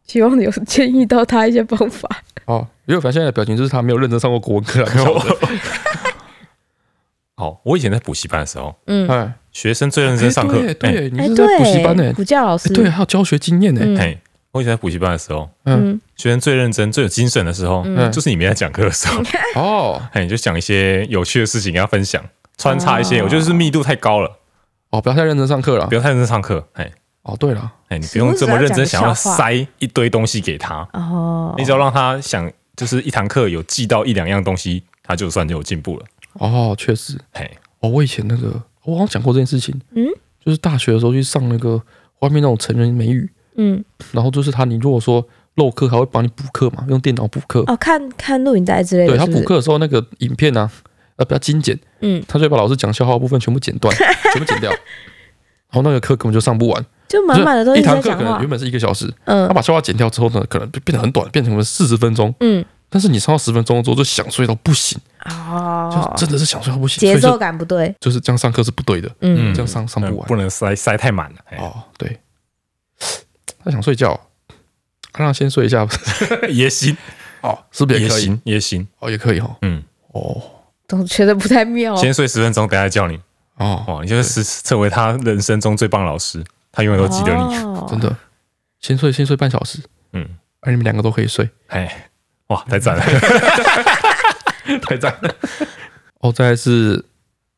Speaker 4: 希望有 [LAUGHS] 建议到他一些方法。
Speaker 2: 哦。因为我发现现在的表情就是他没有认真上过国文课来啊教的，
Speaker 3: [LAUGHS] 好，我以前在补习班的时候，
Speaker 4: 嗯，
Speaker 2: 哎，
Speaker 3: 学生最认真上课。
Speaker 2: 哎对对，你
Speaker 4: 哎，
Speaker 2: 是
Speaker 4: 对，
Speaker 2: 在补习班呢？
Speaker 4: 补教老师，
Speaker 2: 哎对，还有教学经验呢。
Speaker 3: 哎
Speaker 4: 嗯
Speaker 3: 哎，我以前在补习班的时候，
Speaker 4: 嗯
Speaker 3: 学生最认真、最有精神的时候，
Speaker 2: 嗯
Speaker 3: 就是你没在讲课的时候。
Speaker 2: 哦
Speaker 3: [LAUGHS] 哎，你就讲一些有趣的事情跟他分享，穿插一些。我觉得是密度太高了，
Speaker 2: 哦，不要太认真上课了
Speaker 3: 不。要太认真上课。哎
Speaker 2: 哦，对了，
Speaker 3: 哎，你不用这么认真，想要
Speaker 4: 时不时要
Speaker 3: 塞一堆东西给他。
Speaker 4: 哦
Speaker 3: 你，只要让他想，就是一堂课有记到一两样东西，他就算就有进步了。
Speaker 2: 哦，确实，
Speaker 3: 嘿，
Speaker 2: 哦，我以前那个我好像讲过这件事情，
Speaker 4: 嗯，
Speaker 2: 就是大学的时候去上那个外面那种成人美语，
Speaker 4: 嗯，
Speaker 2: 然后就是他，你如果说漏课，他会帮你补课嘛，用电脑补课。
Speaker 4: 哦，看看录影带之类的，
Speaker 2: 对他
Speaker 4: 是不
Speaker 2: 补
Speaker 4: 是，
Speaker 2: 课的时候，那个影片啊，呃，比较精简，
Speaker 4: 嗯，
Speaker 2: 他就会把老师讲笑话的部分全部剪
Speaker 4: [LAUGHS]
Speaker 2: 断，全部剪掉，然后那个课根本就上不完。
Speaker 4: 就满满的都
Speaker 2: 就是一
Speaker 4: 直
Speaker 2: 堂
Speaker 4: 在
Speaker 2: 课
Speaker 4: 讲
Speaker 2: 可能
Speaker 4: 话
Speaker 2: 原，本是一个小时，他
Speaker 4: 嗯
Speaker 2: 把笑话剪掉之后呢，可能就变得很短，变成我们四十分钟，
Speaker 4: 嗯，
Speaker 2: 但是你超到十分钟之后就想睡到不行，
Speaker 4: 哦
Speaker 2: 就，真的是想睡到不行，
Speaker 4: 节
Speaker 2: 所以
Speaker 4: 奏
Speaker 2: 就
Speaker 4: 感不对，
Speaker 2: 就是这样上课是不对的，
Speaker 4: 嗯
Speaker 2: 这样上上不
Speaker 3: 不
Speaker 2: 完
Speaker 3: 能塞塞太满了，哎
Speaker 2: 哦。对，他想睡觉，让他先睡一下
Speaker 3: 也行，
Speaker 2: 哦， [LAUGHS] 是不是也
Speaker 3: 也
Speaker 2: 可以？
Speaker 3: 行，也行，
Speaker 2: 哦，也可以哦。
Speaker 3: 嗯，
Speaker 2: 哦
Speaker 4: 总觉得不太妙。
Speaker 3: 先睡十分钟，等下叫你，
Speaker 2: 哦，
Speaker 3: 哦，你就是成为他人生中最棒的老师，他永远都记得你，
Speaker 4: 哦
Speaker 2: 真的，先睡先睡半小时，
Speaker 3: 嗯，
Speaker 2: 而你们两个都可以睡，
Speaker 3: 哎，哇，
Speaker 2: [LAUGHS]
Speaker 3: 太赞了，
Speaker 2: 太赞 [LAUGHS] 了。哦，再来是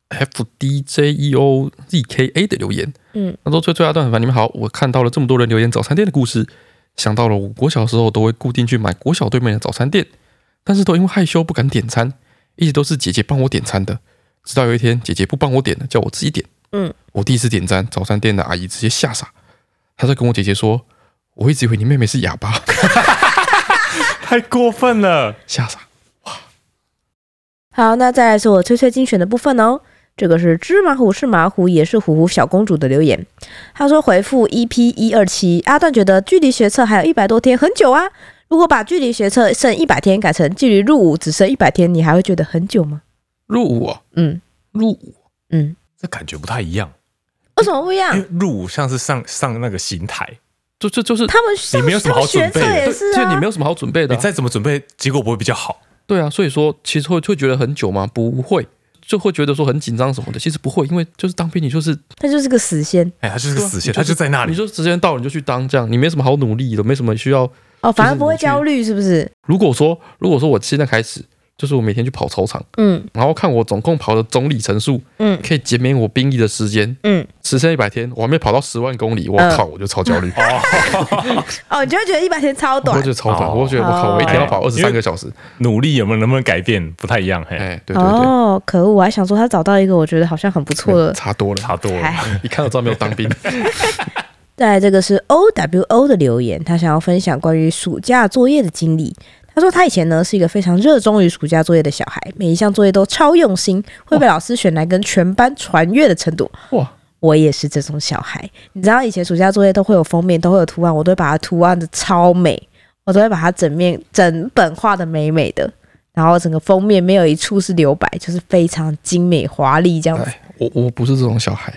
Speaker 2: F D J E O Z K A 的留言，
Speaker 4: 嗯，
Speaker 2: 他说：“最最大段很烦，你们好，我看到了这么多人留言早餐店的故事，想到了我国小时候都会固定去买国小对面的早餐店，但是都因为害羞不敢点餐，一直都是姐姐帮我点餐的。直到有一天，姐姐不帮我点了，叫我自己点。
Speaker 4: 嗯，
Speaker 2: 我第一次点餐，早餐店的阿姨直接吓傻，她在跟我姐姐说：‘我一直以为你妹妹是哑巴。’ [LAUGHS]
Speaker 3: 太过分了，
Speaker 2: 吓傻。
Speaker 4: 好，那再来是我翠翠精选的部分哦。这个是芝麻糊是麻糊，也是糊糊小公主的留言。她说回复 EP 一二七，阿段觉得距离学测还有一百多天，很久啊。如果把距离学测剩一百天改成距离入伍只剩一百天，你还会觉得很久吗？
Speaker 2: 入伍、哦，
Speaker 4: 嗯
Speaker 2: 入伍
Speaker 4: 嗯，
Speaker 3: 这感觉不太一样，
Speaker 4: 为什么不一样
Speaker 3: 因？为入伍像是上上那个刑台，
Speaker 2: 就就就是
Speaker 4: 他们上
Speaker 3: 你没有什么好
Speaker 4: 上学
Speaker 3: 准备
Speaker 4: 测
Speaker 3: 的
Speaker 4: 也
Speaker 2: 对，
Speaker 4: 是
Speaker 2: 就你
Speaker 4: 啊
Speaker 2: 没，有什么好准备的
Speaker 3: 你
Speaker 2: 啊、
Speaker 3: 再怎么准备，结果不会比较好，
Speaker 2: 对啊，所以说其实会会觉得很久吗？不会，就会觉得说很紧张什么的。其实不会，因为就是当兵，你就是
Speaker 4: 他就是个死仙
Speaker 3: 哎，他就是个
Speaker 2: 对啊
Speaker 3: 死
Speaker 2: 你
Speaker 3: 线，他就在那
Speaker 2: 你
Speaker 3: 里，
Speaker 2: 就时间到了你就去当，这样你没什么好努力的，没什么需要。
Speaker 4: 哦，反而不会
Speaker 2: 就是你去
Speaker 4: 焦虑，是不是？
Speaker 2: 如果说如果说我现在开始，就是我每天去跑操场，
Speaker 4: 嗯
Speaker 2: 然后看我总共跑的总里程数，
Speaker 4: 嗯
Speaker 2: 可以减免我兵役的时间，
Speaker 4: 嗯，
Speaker 2: 只剩一百天，我还没跑到十万公里，我
Speaker 4: 嗯
Speaker 2: 靠，我就超焦虑。
Speaker 4: 哦，你就会觉得一百天超
Speaker 2: 我
Speaker 4: 短
Speaker 2: 觉得超短，
Speaker 3: 哦
Speaker 2: 我觉得我靠，我一天要跑
Speaker 3: 哦
Speaker 2: 二十三个小时，
Speaker 3: 努力有没有能不能改变不太一样，嘿，
Speaker 2: 哎，对对对，
Speaker 4: 哦，可恶！我还想说他找到一个我觉得好像很不错的，
Speaker 2: 差多了，
Speaker 3: 差不多了，哦
Speaker 4: 哎，
Speaker 2: 一看就知道没有当兵。
Speaker 4: 再来这个是 O W O 的留言，他想要分享关于暑假作业的经历。他说他以前呢是一个非常热衷于暑假作业的小孩，每一项作业都超用心，会被老师选来跟全班传阅的程度。
Speaker 2: [LAUGHS] 哇，
Speaker 4: 我也是这种小孩，你知道以前暑假作业都会有封面，都会有图案，我都会把它图案的超美，我都会把它整面整本画的美美的，然后整个封面没有一处是留白，就是非常精美华丽这样子。
Speaker 2: 哎，我我不是这种小孩，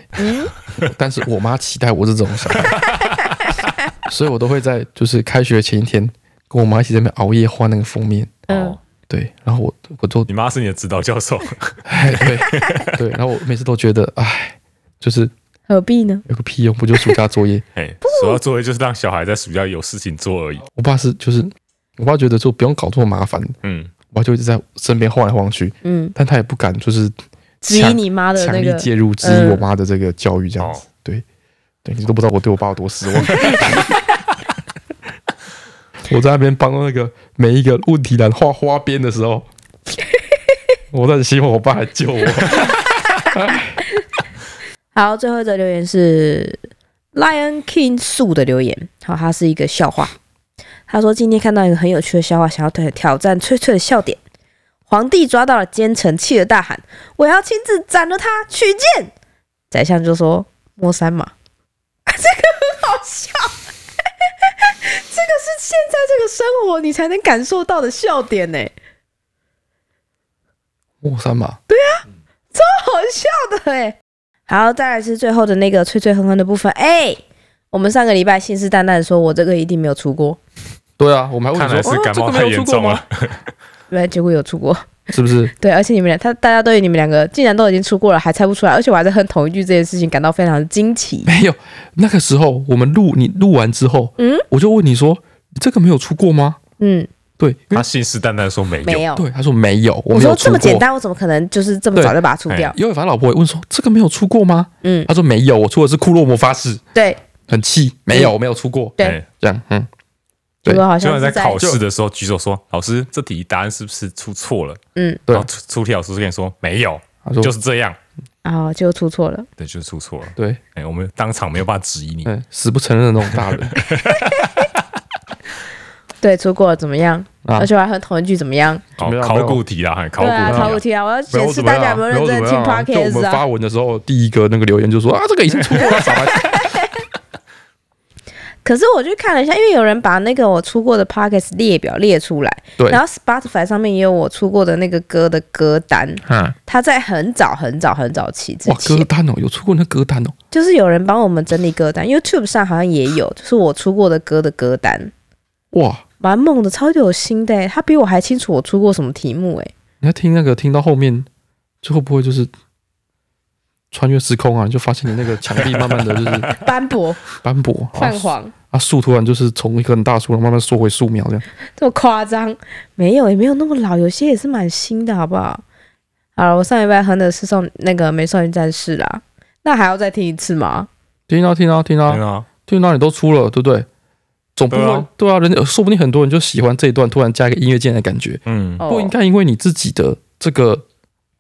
Speaker 2: 但是我妈期待我是这种小孩， [LAUGHS] 所以我都会在就是开学前一天跟我妈一起在那边熬夜画那个封面。
Speaker 4: 嗯，
Speaker 2: 对，然后我我就
Speaker 3: 你妈是你的指导教
Speaker 2: [LAUGHS]
Speaker 3: 授，
Speaker 2: 哎对对，然后我每次都觉得哎，就是
Speaker 4: 何必呢？
Speaker 2: 有个屁用，不就暑假作业？
Speaker 3: 哎，主要作业就是让小孩在暑假有事情做而已，
Speaker 2: 我爸是就是我爸觉得说不用搞这么麻烦，
Speaker 3: 嗯，
Speaker 2: 我爸就一直在身边晃来晃去，
Speaker 4: 嗯，
Speaker 2: 但他也不敢就是
Speaker 4: 质疑
Speaker 2: 强
Speaker 4: 你妈的
Speaker 2: 强
Speaker 4: 那
Speaker 2: 力
Speaker 4: 个呃
Speaker 2: 介入质疑我妈的这个教育这样子。
Speaker 3: 哦
Speaker 2: 对，对你都不知道我对我爸有多失望。 [LAUGHS] 我在那边帮那个每一个问题栏画花边的时候，我在希望我爸来救我。
Speaker 4: 好，最后一则留言是 Lion King 素的留言，好，它是一个笑话。他说今天看到一个很有趣的笑话，想要挑挑战翠翠的笑点。皇帝抓到了奸臣，气得大喊：“我要亲自斩了他，取剑！”宰相就说：“摸三马。” [LAUGHS] 这个很好笑， [LAUGHS] 这个是现在这个生活你才能感受到的笑点呢、
Speaker 2: 莫 [LAUGHS] 三马，
Speaker 4: 好笑的哎、好，再来是最后的那个脆脆哼哼的部分。哎、我们上个礼拜信誓旦旦地说，我这个一定没有出过，
Speaker 2: 对啊，我们还
Speaker 3: 看
Speaker 2: 问
Speaker 3: 来
Speaker 2: 你说
Speaker 3: 是
Speaker 2: 哦
Speaker 3: 感
Speaker 2: 这
Speaker 3: 冒
Speaker 2: 个没
Speaker 3: 太
Speaker 2: 有
Speaker 3: 严
Speaker 2: 出过
Speaker 3: 重啊
Speaker 2: 吗？
Speaker 3: 了，
Speaker 4: 对，哎结果有出过。
Speaker 2: 是不是？
Speaker 4: 对，而且你们俩，他大家对于你们两个竟然都已经出过了，还猜不出来，而且我还在哼同一句这件事情感到非常的惊奇。
Speaker 2: [LAUGHS] 没有，那个时候我们录你录完之后，
Speaker 4: 嗯
Speaker 2: 我就问你说你这个没有出过吗？
Speaker 4: 嗯，
Speaker 2: 对，因
Speaker 3: 他
Speaker 2: 为
Speaker 3: 信誓旦旦说没有
Speaker 4: 没，有。
Speaker 2: 对他说没有，我没
Speaker 4: 我
Speaker 2: 有出
Speaker 4: 说
Speaker 2: 哎
Speaker 4: 这
Speaker 2: 过
Speaker 4: 么。简单，我怎么可能就是这么早就把它出掉？
Speaker 2: 尤伟凡老婆也问说这个没有出过吗？
Speaker 4: 嗯，
Speaker 2: 他说没有，我出的是库洛魔法使，
Speaker 4: 对
Speaker 2: 很气，没
Speaker 3: 嗯
Speaker 2: 有，我没有出过。
Speaker 4: 对，
Speaker 3: 哎
Speaker 2: 这样，嗯，
Speaker 4: 结
Speaker 2: 对
Speaker 4: 果好
Speaker 3: 就
Speaker 4: 像
Speaker 3: 像在
Speaker 4: 是
Speaker 3: 考
Speaker 2: 就
Speaker 3: 试的时候举手说：“老师，这题答案是不是出错了？”
Speaker 4: 嗯，
Speaker 2: 对
Speaker 3: 然后出出题老师就跟你说：“没有，
Speaker 2: 他说
Speaker 3: 就是这样。
Speaker 4: 哦，结果出错了。”
Speaker 3: 对，就是出错了。
Speaker 2: 对，
Speaker 3: 哎、我们当场没有办法质疑你，
Speaker 2: 嗯，死不承认的那种大人
Speaker 3: [LAUGHS]
Speaker 4: 对，出过了怎么样？
Speaker 2: 啊
Speaker 4: 而，且我还哼同一句怎么样？
Speaker 3: 哦
Speaker 2: 没有
Speaker 3: 考
Speaker 2: 没有
Speaker 3: 古题啦，还考
Speaker 4: 对
Speaker 3: 古
Speaker 4: 啊，
Speaker 3: 题
Speaker 4: 考
Speaker 3: 啊
Speaker 4: 古题啊！我要
Speaker 2: 没
Speaker 4: 显
Speaker 2: 有
Speaker 4: 示
Speaker 2: 怎么
Speaker 4: 大
Speaker 2: 样
Speaker 4: 家有
Speaker 2: 啊，
Speaker 4: 没有认真
Speaker 2: 没有
Speaker 4: 地听
Speaker 2: 怎么样啊就我
Speaker 4: podcast
Speaker 2: 们
Speaker 4: 啊
Speaker 2: 发？文的时候，第一个那个留言就说啊，这个已经出过了，傻白。
Speaker 4: 可是我去看了一下，因为有人把那个我出过的 podcast 列表列出来，
Speaker 2: 对
Speaker 4: 然后 Spotify 上面也有我出过的那个歌的歌单，
Speaker 3: 嗯，
Speaker 4: 它在很早很早很早期之
Speaker 2: 哇，歌
Speaker 4: 前，
Speaker 2: 单哦，有出过那歌单哦，
Speaker 4: 就是有人帮我们整理歌单，YouTube 上好像也有，就是我出过的歌的歌单，
Speaker 2: 哇，
Speaker 4: 蛮猛的，超级有心的欸，他比我还清楚我出过什么题目哎，
Speaker 2: 你要听那个听到后面，就会不会就是穿越时空啊？你就发现你那个墙壁慢慢的就是
Speaker 4: [LAUGHS] 斑驳、
Speaker 2: 斑
Speaker 4: [LAUGHS]
Speaker 2: 驳、啊
Speaker 4: 泛黄，
Speaker 2: 啊，树突然就是从一棵很大的树，然后慢慢缩回树苗这样。
Speaker 4: 这么夸张？没有，也没有那么老，有些也是蛮新的，好不好？好了，我上礼拜哼的是送那个《美少女战士》啦，那还要再听一次吗？
Speaker 2: 听到听到啊听
Speaker 3: 很
Speaker 2: 到
Speaker 3: 好，
Speaker 2: 听到，你都出了，对不对？总不
Speaker 3: 对
Speaker 2: 会
Speaker 3: 啊
Speaker 2: 对啊，人家说不定很多人就喜欢这一段突然加一个音乐键的感觉，
Speaker 3: 嗯，
Speaker 4: 哦
Speaker 2: 不应该因为你自己的这个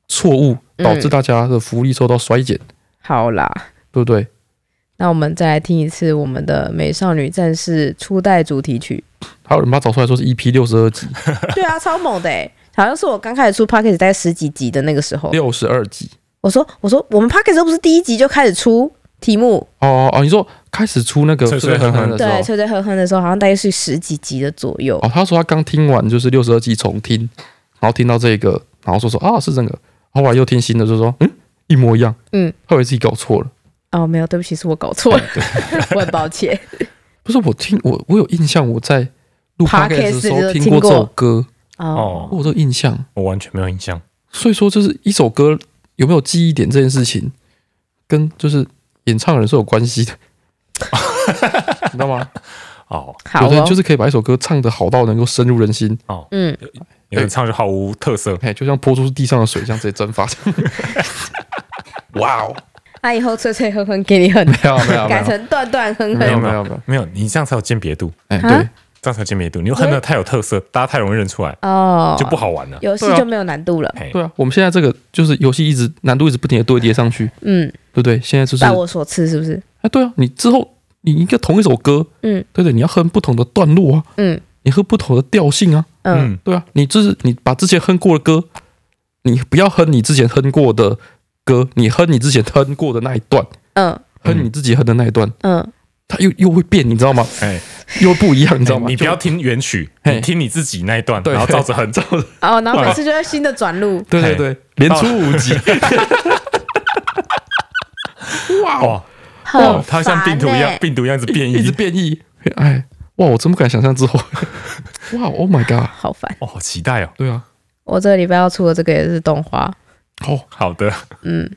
Speaker 2: 错误导致
Speaker 4: 嗯
Speaker 2: 大家的福利受到衰减，
Speaker 4: 好啦，
Speaker 2: 对不对？
Speaker 4: 那我们再来听一次我们的《美少女战士》初代主
Speaker 2: [LAUGHS]
Speaker 4: 题曲。
Speaker 2: 还有人把它找出来说是 EP 六十二集、
Speaker 4: 对啊，超猛的哎、好像是我刚开始出 p o c k e t 大概十几集的那个时候，
Speaker 2: 六十二集。
Speaker 4: 我说我说我们 p o c k e t 又不是第一集就开始出题目，
Speaker 2: 哦哦，你说开始出那个
Speaker 3: 脆脆
Speaker 2: 脆脆
Speaker 3: 哼
Speaker 2: 哼
Speaker 3: 哼
Speaker 2: 的时
Speaker 4: 对，
Speaker 2: 候，
Speaker 4: 吹吹哼哼的时候，好像大概是十几集的左右。
Speaker 2: 哦，他说他刚听完就是六十二集重听，然后听到这个，然后说说啊是这个，后来又听新的，就说嗯一模一样，
Speaker 4: 嗯，
Speaker 2: 他以为自己搞错了。
Speaker 4: 哦，没有，对不起，是我搞错了， [LAUGHS] 我很
Speaker 2: [LAUGHS]
Speaker 4: 抱歉。
Speaker 2: 不是我听我我有印象，我在录
Speaker 4: Podcast
Speaker 2: podcast 的时候
Speaker 4: 就
Speaker 2: 听
Speaker 4: 听
Speaker 2: 过这
Speaker 4: 过
Speaker 2: 首歌，
Speaker 4: 哦，
Speaker 2: 我有这个印象。
Speaker 3: 我完全没有印象。
Speaker 2: 所以说，就是一首歌有没有记忆点这件事情，跟就是演唱人是有关系
Speaker 4: [LAUGHS]
Speaker 2: 的，你知道吗？
Speaker 3: 哦，
Speaker 4: 好
Speaker 2: 有的人
Speaker 4: 哦，
Speaker 2: 就是可以把一首歌唱得好到能够深入人心， [LAUGHS]
Speaker 4: 嗯，
Speaker 3: 有人唱就毫无特色，
Speaker 2: 哎，就像泼出地上的水这样直接
Speaker 4: [LAUGHS]
Speaker 2: 蒸发。哇哦，
Speaker 4: 那啊以后吹吹哼哼给
Speaker 2: [LAUGHS]
Speaker 4: 你哼，
Speaker 2: 没有没有没
Speaker 4: 改
Speaker 2: 有
Speaker 4: 成段段哼
Speaker 2: 没有
Speaker 4: 哼。
Speaker 2: 没有没有，
Speaker 3: 没有，你这样才有鉴别度，
Speaker 2: 哎对
Speaker 4: 啊，
Speaker 3: 这样才有鉴别度。你又哼的太有特色，大家太容易认出来，
Speaker 4: 哦，
Speaker 3: 就不好玩了。
Speaker 4: 游
Speaker 2: 嗯
Speaker 4: 戏
Speaker 2: 对啊
Speaker 4: 就没有难度了。
Speaker 3: 嘿，
Speaker 2: 对啊，我们现在这个就是游戏一直难度一直不停的堆叠上去，
Speaker 4: 嗯，
Speaker 2: 对不对？现在就是
Speaker 4: 拜我所赐，是不是？
Speaker 2: 哎，对啊，你之后你一个同一首歌，
Speaker 4: 嗯，
Speaker 2: 对对，你要哼不同的段落啊，
Speaker 4: 嗯
Speaker 2: 你哼不同的调性啊，
Speaker 4: 嗯，
Speaker 3: 嗯，
Speaker 2: 对啊，你就是你把之前哼过的歌，你不要哼你之前哼过的歌，你哼你之前哼过的那一段，
Speaker 4: 嗯
Speaker 2: 哼你自己哼的那一段，
Speaker 4: 嗯，
Speaker 2: 它又又会变，你知道
Speaker 3: [LAUGHS]
Speaker 2: 吗？
Speaker 3: 哎，
Speaker 2: 又会不一样，你知道吗？
Speaker 3: 你不要听原曲，
Speaker 2: 嘿
Speaker 3: 你听你自己那一段，
Speaker 2: 对
Speaker 3: 然后照着哼，照着哼
Speaker 4: 哦，然后每次就要新的转录，
Speaker 2: 对对
Speaker 3: 哎
Speaker 2: 对，连出五集，
Speaker 3: [LAUGHS] 哇，
Speaker 4: 很
Speaker 3: 哇它像
Speaker 4: 烦
Speaker 3: 病毒一样，
Speaker 4: 欸
Speaker 3: 病毒一样子变
Speaker 2: 一直
Speaker 3: 异，
Speaker 2: 变异，哎，哇，我真不敢想象之后， [LAUGHS] 哇，Oh my god，
Speaker 4: 好烦。
Speaker 3: 哇，好期待哦。
Speaker 2: 对啊，
Speaker 4: 我这个礼拜要出的这个也是动画，
Speaker 2: 哦，
Speaker 3: 好的， [LAUGHS]
Speaker 4: 嗯，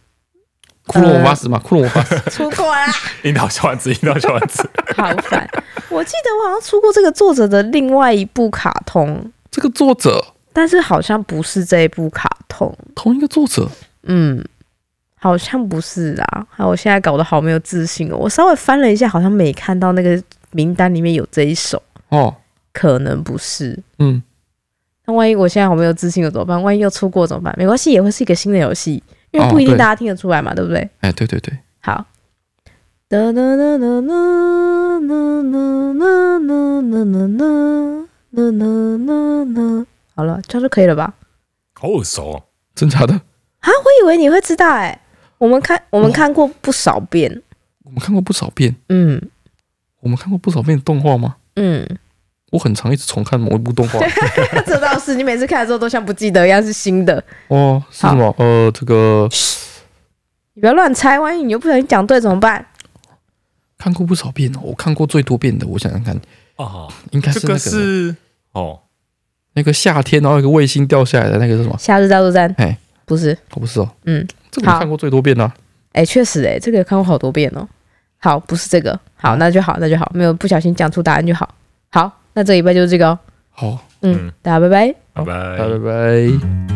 Speaker 2: 骷髅魔法
Speaker 3: 呃
Speaker 2: 使嘛，骷髅魔法使，
Speaker 4: 出过啦，
Speaker 3: 樱桃小丸子，樱桃小丸子，
Speaker 4: [LAUGHS] 好烦。我记得我好像出过这个作者的另外一部卡通，
Speaker 2: 这个作者
Speaker 4: 但是好像不是这一部卡通，
Speaker 2: 同一个作者，
Speaker 4: 嗯，好像不是啊。还有我现在搞得好没有自信哦，我稍微翻了一下，好像没看到那个名单里面有这一首，
Speaker 2: 哦，
Speaker 4: 可能不是。
Speaker 2: 嗯，
Speaker 4: 那万一我现在好没有自信了怎么办？万一又出过怎么办？没关系，也会是一个新的游戏，因为
Speaker 2: 哦
Speaker 4: 不一定
Speaker 2: 对
Speaker 4: 大家听得出来嘛，对不对？
Speaker 2: 哎，对对对，
Speaker 4: 好。哒哒哒哒哒哒哒哒哒哒哒哒哒哒哒。好了，这样就可以了吧？
Speaker 3: 好耳熟哦。
Speaker 2: 真假的，
Speaker 4: 啊，我以为你会知道哎、我们看我们看过不少遍，
Speaker 2: 我们看过不少遍，
Speaker 4: 嗯
Speaker 2: 我们看过不少遍动画吗？
Speaker 4: 嗯，
Speaker 2: 我很常一直重看某一部动
Speaker 4: [LAUGHS]
Speaker 2: 画
Speaker 4: 这倒是，你每次看的时候都像不记得一样是新的，
Speaker 2: 哦，是什么？呃，这个
Speaker 4: 你不要乱猜，万一你又不小心讲对怎么办？
Speaker 2: 看过不少遍哦，我看过最多遍的，我想想看，
Speaker 3: 哦，
Speaker 2: 应该
Speaker 3: 这
Speaker 2: 是那
Speaker 3: 个
Speaker 2: 个
Speaker 3: 是哦，
Speaker 2: 那个夏天，然后有个卫星掉下来的那个是什么？
Speaker 4: 夏日大作战
Speaker 2: 哎，
Speaker 4: 不是，
Speaker 2: 哦，不是哦，
Speaker 4: 嗯，
Speaker 2: 这个我
Speaker 4: 好
Speaker 2: 看过最多遍啦、啊
Speaker 4: 哎、确实哎、这个看过好多遍哦。好，不是这个，好，那就好，那就好，没有不小心讲出答案就好。好，那这一拜就是这个哦。
Speaker 2: 好，
Speaker 4: 嗯
Speaker 3: 嗯，
Speaker 4: 大家拜拜。
Speaker 3: 拜
Speaker 2: 拜
Speaker 3: 拜。
Speaker 2: 拜。